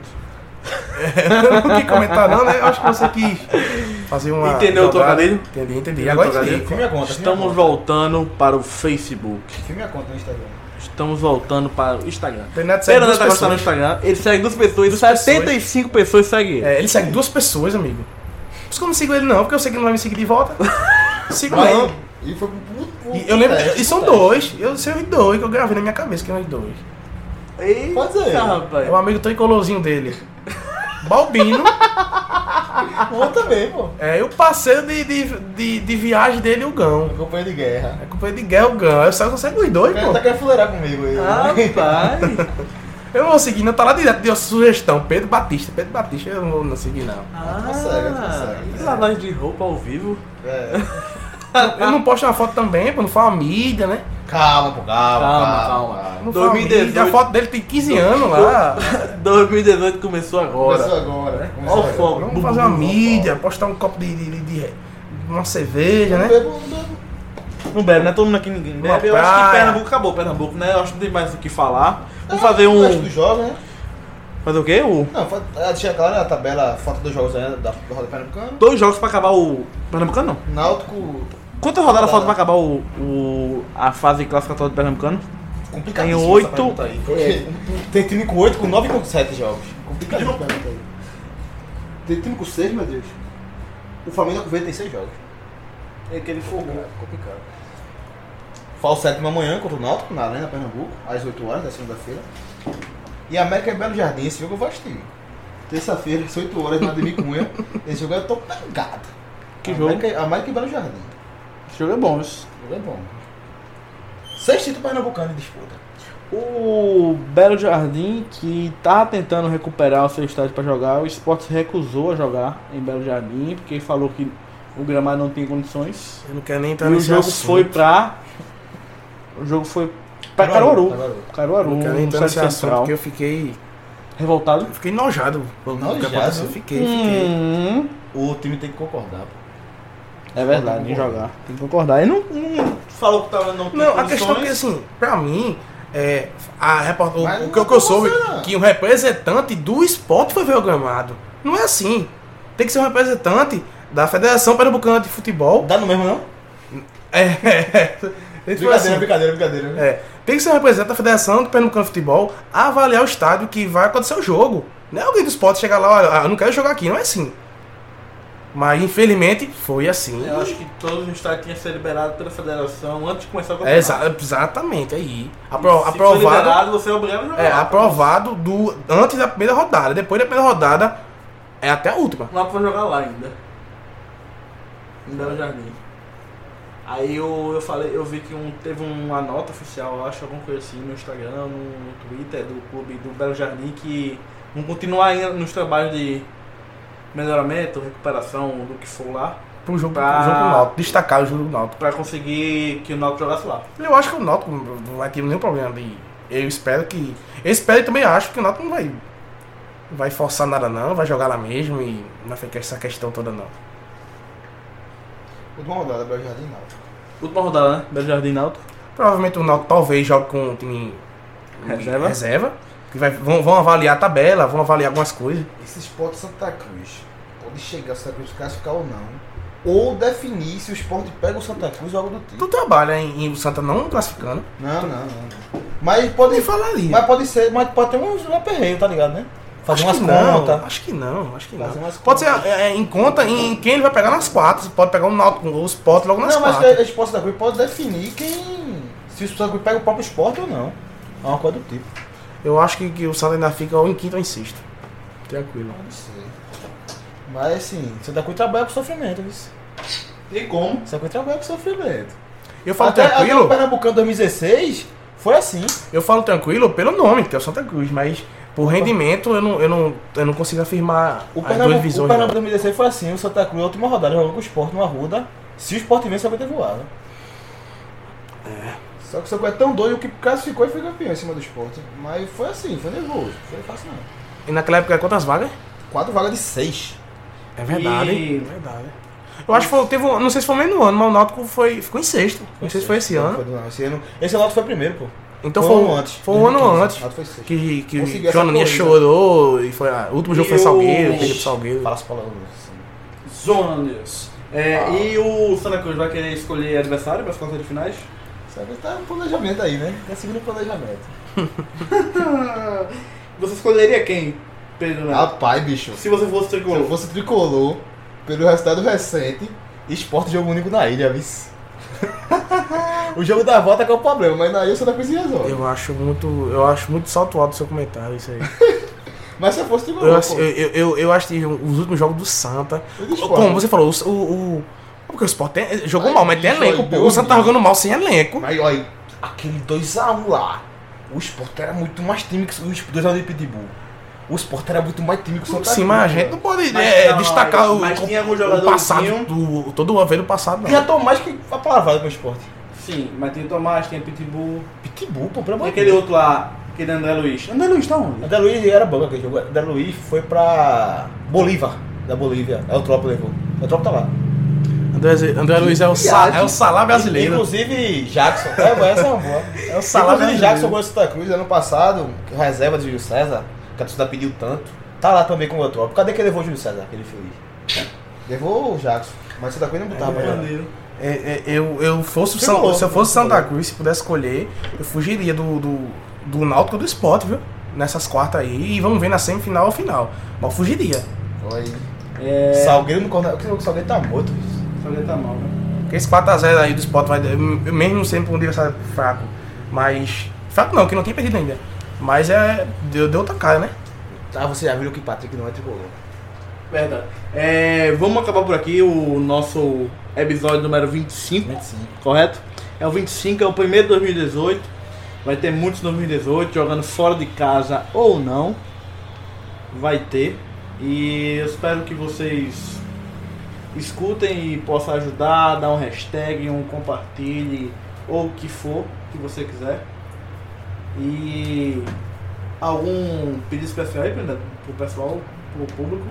Speaker 4: Eu não quis comentar, não, né? Eu acho que você quis fazer uma.
Speaker 2: Entendeu o
Speaker 4: jogada.
Speaker 2: trocadilho?
Speaker 4: Entendi, entendi.
Speaker 2: Entendeu
Speaker 4: Agora
Speaker 2: o trocadilho?
Speaker 4: entendi.
Speaker 3: Filme a conta.
Speaker 2: Estamos voltando para o Facebook.
Speaker 3: Filme a conta no Instagram.
Speaker 2: Estamos voltando para o Instagram.
Speaker 4: Renato segue
Speaker 2: Fernando
Speaker 4: duas
Speaker 2: tá gostando no
Speaker 4: pessoas.
Speaker 2: Instagram. Ele segue duas pessoas.
Speaker 4: Duas
Speaker 2: 75 pessoas seguem ele.
Speaker 4: É, ele segue duas pessoas, amigo. Por isso que eu não sigo ele não, porque eu sei que ele não vai me seguir de volta. Sigo não.
Speaker 3: E foi pro puto.
Speaker 4: E eu lembro, e são dois. Eu sei os dois que eu gravei na minha cabeça, que eram os dois.
Speaker 2: Eita,
Speaker 3: Pode ser.
Speaker 4: É o
Speaker 2: rapaz.
Speaker 4: amigo tricolorzinho dele. Balbino.
Speaker 3: Eu também, pô.
Speaker 4: É, e o parceiro de, de, de, de viagem dele, o Gão.
Speaker 3: Companheiro de guerra.
Speaker 4: É companheiro de Guel, o Gão. Eu só consigo os
Speaker 3: O
Speaker 4: dois,
Speaker 3: cara tá
Speaker 4: pô.
Speaker 3: querendo fuleirar comigo aí.
Speaker 2: Rapaz.
Speaker 4: Eu não vou seguir, não. Tá lá direto, deu sugestão. Pedro Batista, Pedro Batista. Eu não vou não seguir, não.
Speaker 2: Ah,
Speaker 3: Consegue,
Speaker 4: tá
Speaker 3: consegue.
Speaker 2: que lavagem de roupa ao vivo.
Speaker 3: É.
Speaker 4: Eu não posto uma foto também, pô. Não falo a mídia, né?
Speaker 3: Calma, pô, calma.
Speaker 2: Calma, calma.
Speaker 4: Não falo a mídia.
Speaker 2: 2018.
Speaker 4: A foto dele tem 15 anos lá.
Speaker 2: 2018 começou
Speaker 3: Começou
Speaker 2: agora.
Speaker 3: agora. Começou
Speaker 2: Ó o
Speaker 3: agora.
Speaker 2: fogo.
Speaker 4: Vamos fazer uma mídia, postar um copo de, de- de- de- uma cerveja,
Speaker 3: Não
Speaker 4: né?
Speaker 3: bebo, não bebo.
Speaker 5: Não bebe, né? Todo mundo aqui ninguém bebe. Eu acho que
Speaker 4: Rapaz.
Speaker 5: Pernambuco acabou, Pernambuco, né? Eu acho que não tem mais o que falar. Vamos
Speaker 4: Ah,
Speaker 3: É,
Speaker 5: fazer
Speaker 3: o resto
Speaker 5: um.
Speaker 3: dos jogos, né?
Speaker 5: Fazer o quê? O...
Speaker 3: Não, fa- ah, tinha claro a tabela, a falta dos jogos ainda é da da Roda Pernambucana.
Speaker 5: Dois jogos pra acabar o. Pernambucano não.
Speaker 3: Náutico
Speaker 5: Quantas rodadas falta
Speaker 3: Rodada.
Speaker 5: pra acabar o, o- a fase classificatória do Pernambucano?
Speaker 3: complicadíssimo.
Speaker 5: Tem oito.
Speaker 3: essa pergunta aí, porque Tem time com 8, com 9 e com 7 jogos.
Speaker 6: Complicado essa pergunta aí. Tem time com seis, meu Deus.
Speaker 3: O Flamengo com 26 jogos.
Speaker 6: É que ele fogou.
Speaker 3: Complicado. Falo sétimo amanhã contra o Náutico, na Arena, Pernambuco, às 8 horas da segunda-feira. E América e Belo Jardim, esse jogo é eu vou assistir. Terça-feira, às 8 horas, na Ademir Cunha. Esse jogo eu tô pegado.
Speaker 5: Que
Speaker 3: América, jogo? América e Belo Jardim.
Speaker 5: Esse jogo é bom. isso.
Speaker 3: O jogo é bom. Seis títulos pernambucanos em disputa.
Speaker 5: O Belo Jardim, que tava tentando recuperar o seu estádio pra jogar, o Sport se recusou a jogar em Belo Jardim, porque falou que o gramado não tinha condições.
Speaker 4: Eu não quero nem
Speaker 5: E
Speaker 4: entrar
Speaker 5: o
Speaker 4: nesse
Speaker 5: jogo
Speaker 4: assunto.
Speaker 5: foi pra. O jogo foi pra Caruaru.
Speaker 3: Caruaru.
Speaker 5: Caruaru,
Speaker 4: Não quero nem
Speaker 5: no
Speaker 4: entrar nesse
Speaker 5: Sérgio
Speaker 4: assunto,
Speaker 5: Central.
Speaker 4: porque eu fiquei...
Speaker 5: Revoltado.
Speaker 4: Eu fiquei enojado. pelo que
Speaker 3: um Enojado?
Speaker 4: aconteceu. Fiquei, fiquei.
Speaker 5: Hum,
Speaker 3: O time tem que concordar. pô.
Speaker 5: é verdade, nem jogar. Tem que concordar. E não, não falou que tava não.
Speaker 4: Não, a questão é que, assim, pra mim, é, a repor- o-
Speaker 3: Mas
Speaker 4: o,
Speaker 3: não é
Speaker 4: que, eu- que eu
Speaker 3: pra
Speaker 4: soube,
Speaker 3: você, não.
Speaker 4: que o representante do esporte foi ver o gramado. Não é assim. Tem que ser um representante da Federação Pernambucana de Futebol.
Speaker 3: Dá no mesmo, não?
Speaker 4: É, é, é. Tipo assim,
Speaker 3: Brincadeira, brincadeira, brincadeira.
Speaker 4: é, tem que ser um representante da Federação do Pernambucano de Futebol a avaliar o estádio que vai acontecer o jogo. Não é alguém do esporte chegar lá, olha, ah, eu não quero jogar aqui, não é assim. Mas infelizmente foi assim.
Speaker 2: Eu acho que todos os estádios tinham que ser liberados pela federação antes de começar o
Speaker 4: É,
Speaker 2: campeonato.
Speaker 4: exa- exatamente, é aí. Apro-
Speaker 2: Se for
Speaker 4: aprovado.
Speaker 2: liberado, você é obrigado a jogar.
Speaker 4: É, aprovado do, antes da primeira rodada. Depois da primeira rodada, é até a última.
Speaker 2: Lá pra jogar lá ainda. Em Belo Jardim. Aí eu, eu falei, eu vi que um, teve uma nota oficial, eu acho, alguma coisa assim, no Instagram, no, no Twitter do clube do Belo Jardim, que vão continuar ainda nos trabalhos de melhoramento, recuperação, do que for lá,
Speaker 4: Pro jogo,
Speaker 2: Pra-
Speaker 4: pro jogo do Náutico. Destacar o jogo do Náutico.
Speaker 2: pra conseguir que o Náutico jogasse lá.
Speaker 4: Eu acho que o Náutico não vai ter nenhum problema de... Eu espero que... Eu espero e também acho que o Náutico não vai... Não vai forçar nada não, vai jogar lá mesmo e não vai ficar essa questão toda não.
Speaker 3: Última rodada, Belo Jardim, não.
Speaker 2: Última rodada, né? Belo Jardim Náutico.
Speaker 4: Provavelmente o Náutico talvez jogue com o time
Speaker 2: Reserva.
Speaker 4: reserva que vai, vão, vão avaliar a tabela, vão avaliar algumas coisas.
Speaker 3: Esse Sport Santa Cruz pode chegar a Santa Cruz classificar ou não. Ou definir se o Sport pega o Santa Cruz ou algo do tipo.
Speaker 4: Tu trabalha em, em o Santa não classificando.
Speaker 3: Não, não, não. Mas pode,
Speaker 4: Nem falaria.
Speaker 3: mas pode ser, mas pode ter uns aperreios, tá ligado, né? Fazer
Speaker 4: acho
Speaker 3: umas
Speaker 4: que não,
Speaker 3: contas.
Speaker 4: Acho que não, acho que não.
Speaker 3: Fazer umas
Speaker 4: Pode ser é, é, em conta em quem ele vai pegar nas quatro. Pode pegar um Náutico, os potes logo nas
Speaker 3: Não, mas
Speaker 4: quatro.
Speaker 3: a Sport Santa Cruz pode definir quem. Se o Santa Cruz pega o próprio Sport ou não. É uma coisa do tipo.
Speaker 4: Eu acho que, que o Santa ainda fica é ou em quinto ou em sexto. Tranquilo.
Speaker 3: Não sei. Mas assim, Santa Cruz trabalha com sofrimento, viu?
Speaker 2: E como?
Speaker 3: Santa Cruz trabalha com sofrimento.
Speaker 4: Eu falo
Speaker 3: até, até
Speaker 4: tranquilo,
Speaker 3: o Pernambucano 2016 foi assim.
Speaker 4: eu falo tranquilo pelo nome, que é o Santa Cruz, mas por rendimento eu não, eu não, eu não consigo afirmar
Speaker 3: O
Speaker 4: as
Speaker 3: Pernambuco,
Speaker 4: duas
Speaker 3: o
Speaker 4: visões.
Speaker 3: Pernambuco
Speaker 4: não.
Speaker 3: 2016 foi assim. O Santa Cruz, na última rodada, jogou com o Sport no Arruda. Se o Sport vencer, vai ter voado. É. Só que o Santa Cruz é tão doido que classificou e foi campeão em cima do Sport. Mas foi assim, foi nervoso. Foi fácil não.
Speaker 4: E naquela época quantas vagas?
Speaker 3: Quatro vagas de seis.
Speaker 4: É verdade.
Speaker 2: E-
Speaker 4: É verdade. Eu acho que foi, teve, um- não sei se foi no mesmo ano, mas o Náutico foi, ficou em sexto. Não sei se foi esse
Speaker 3: Não,
Speaker 4: ano.
Speaker 3: foi, não, esse ano. Esse ano foi primeiro, pô.
Speaker 4: Então
Speaker 3: foi
Speaker 4: foi,
Speaker 3: um
Speaker 4: um-
Speaker 3: ano antes.
Speaker 4: Foi um ano
Speaker 3: 2015,
Speaker 4: antes.
Speaker 3: Renato foi sexto.
Speaker 4: Que, que
Speaker 3: Conseguiu essa
Speaker 4: Joaninha
Speaker 3: corrida.
Speaker 4: chorou e foi. ah, O último jogo foi
Speaker 2: E
Speaker 4: Salgueiro,
Speaker 2: o-
Speaker 4: perdeu pro Salgueiro.
Speaker 3: Fala as palavras. assim.
Speaker 2: Zona News. É, E o Santa Cruz vai querer escolher adversário para as quartas de finais?
Speaker 3: Sabe, tá um planejamento aí, né? Tá seguindo o planejamento.
Speaker 2: Você escolheria quem, Pedro?
Speaker 4: É.
Speaker 2: Neto?
Speaker 3: Rapaz, bicho.
Speaker 2: Se você fosse
Speaker 3: Ah. Se eu
Speaker 2: tricolor.
Speaker 3: fosse tricolor, pelo resultado recente, esporte jogo único na ilha, vice. o jogo da volta que é o problema, mas na ilha você tá com esse resolve.
Speaker 4: Eu acho muito. Eu acho muito salto alto o seu comentário, isso aí.
Speaker 3: Mas se eu fosse tricolor,
Speaker 4: Eu,
Speaker 3: pô,
Speaker 4: acho- eu, eu, eu, eu acho que os últimos jogos do Santa.
Speaker 3: E do Sport?
Speaker 4: Como você falou, o. o, o- porque o Sport tem- jogou
Speaker 3: Ai,
Speaker 4: mal, mas tem
Speaker 3: bicho,
Speaker 4: elenco,
Speaker 3: ai,
Speaker 4: pô.
Speaker 3: meu
Speaker 4: O Santa tá
Speaker 3: Deus.
Speaker 4: jogando mal sem elenco.
Speaker 3: Mas olha, aquele 2x1 lá, o Sport era muito mais time que o 2x1 de Pitbull. O Sport era muito mais time que o Santa
Speaker 4: Sim,
Speaker 3: Cruz,
Speaker 4: mas a
Speaker 3: cara.
Speaker 4: gente não pode
Speaker 2: Mas
Speaker 4: é,
Speaker 2: não,
Speaker 4: destacar o,
Speaker 2: mas tinha algum
Speaker 4: o
Speaker 2: jogadorzinho-
Speaker 4: passado. Do, todo o haver do passado, não.
Speaker 3: Já tô mais que a palavra pro Sport.
Speaker 2: Sim, mas tem o Tomás, tem o Pitbull.
Speaker 3: Pitbull, pô, pelo
Speaker 2: Tem
Speaker 3: amor de
Speaker 2: aquele
Speaker 3: Deus.
Speaker 2: outro lá, aquele André Luiz. André Luiz tá onde?
Speaker 3: André Luiz era bom aquele jogo. André Luiz foi pra Bolívar, da Bolívia. É o Trop levou. É o Trop tá lá.
Speaker 4: André, André Luiz é o, sa, é o Salá brasileiro.
Speaker 3: Inclusive, Jackson. É, essa é né? uma boa.
Speaker 4: É o
Speaker 3: Inclusive,
Speaker 4: Salá brasileiro.
Speaker 3: Jackson ganhou Santa Cruz ano passado, reserva de Júlio César, que a torcida pediu tanto. Tá lá também com o Eutrópio. Cadê que levou o Júlio César, aquele feliz? Levou o Jackson, mas Santa Cruz não botava né? pra jogar.
Speaker 4: É, é, eu, eu fosse o
Speaker 3: Ficou.
Speaker 4: São- se eu fosse Santa Cruz, se pudesse escolher, eu fugiria do, do, do Náutico ou do Sport, viu? Nessas quartas aí. E vamos ver na semifinal ou final. Mas eu fugiria.
Speaker 3: Olha aí. É. Salgueiro no corner. O Salgueiro tá morto.
Speaker 7: Salgueiro tá mal, né?
Speaker 4: Porque esse 4x0 aí do Sport vai. Mesmo sendo um adversário fraco. Mas. Fraco não, que não tem perdido ainda. Mas é. Deu, deu outra cara, né?
Speaker 3: Ah, você já viu que Patrick não é tricolor.
Speaker 2: Verdade. É, vamos acabar por aqui o nosso episódio número 25,
Speaker 3: 25.
Speaker 2: correto? É o 25, é o primeiro de 2018. Vai ter muitos 2018, jogando fora de casa ou não. Vai ter. E eu espero que vocês escutem e possam ajudar, dar um hashtag, um compartilhe, ou o que for que você quiser. E algum pedido especial aí, Brenda, pro pessoal, pro público?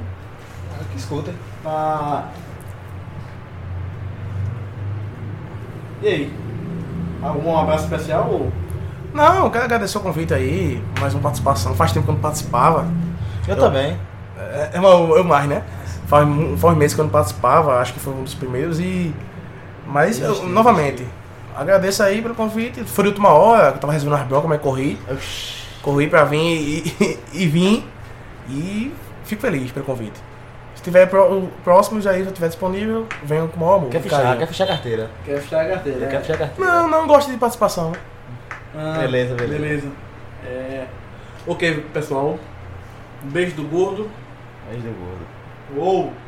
Speaker 3: Ah, que escuta. hein?
Speaker 2: Tá. E aí? Algum abraço especial? ou-
Speaker 4: Não, eu quero agradecer o convite aí. Mais uma participação. Faz tempo que eu não participava.
Speaker 3: Eu, também.
Speaker 4: É, eu, eu mais, né? Faz, mu- faz meses que eu não participava, acho que foi um dos primeiros e. Mas, eu, novamente, agradeço aí pelo convite. Foi de última hora, que eu tava resolvendo as broncas, mas corri. Corri pra vir e, e, vim. E fico feliz pelo convite. Se tiver pró- próximos aí, se eu tiver disponível, venham com o maior amor.
Speaker 3: Quer
Speaker 4: com
Speaker 3: fechar,
Speaker 4: carinho.
Speaker 3: quer fechar a carteira.
Speaker 2: Quer fechar a carteira?
Speaker 3: Quer fechar a carteira.
Speaker 4: Não, não gosto de participação.
Speaker 2: Ah,
Speaker 3: Beleza, beleza.
Speaker 2: beleza. É... Ok, pessoal. Um beijo do gordo.
Speaker 3: 哎 Mas deu gol.
Speaker 2: Uou!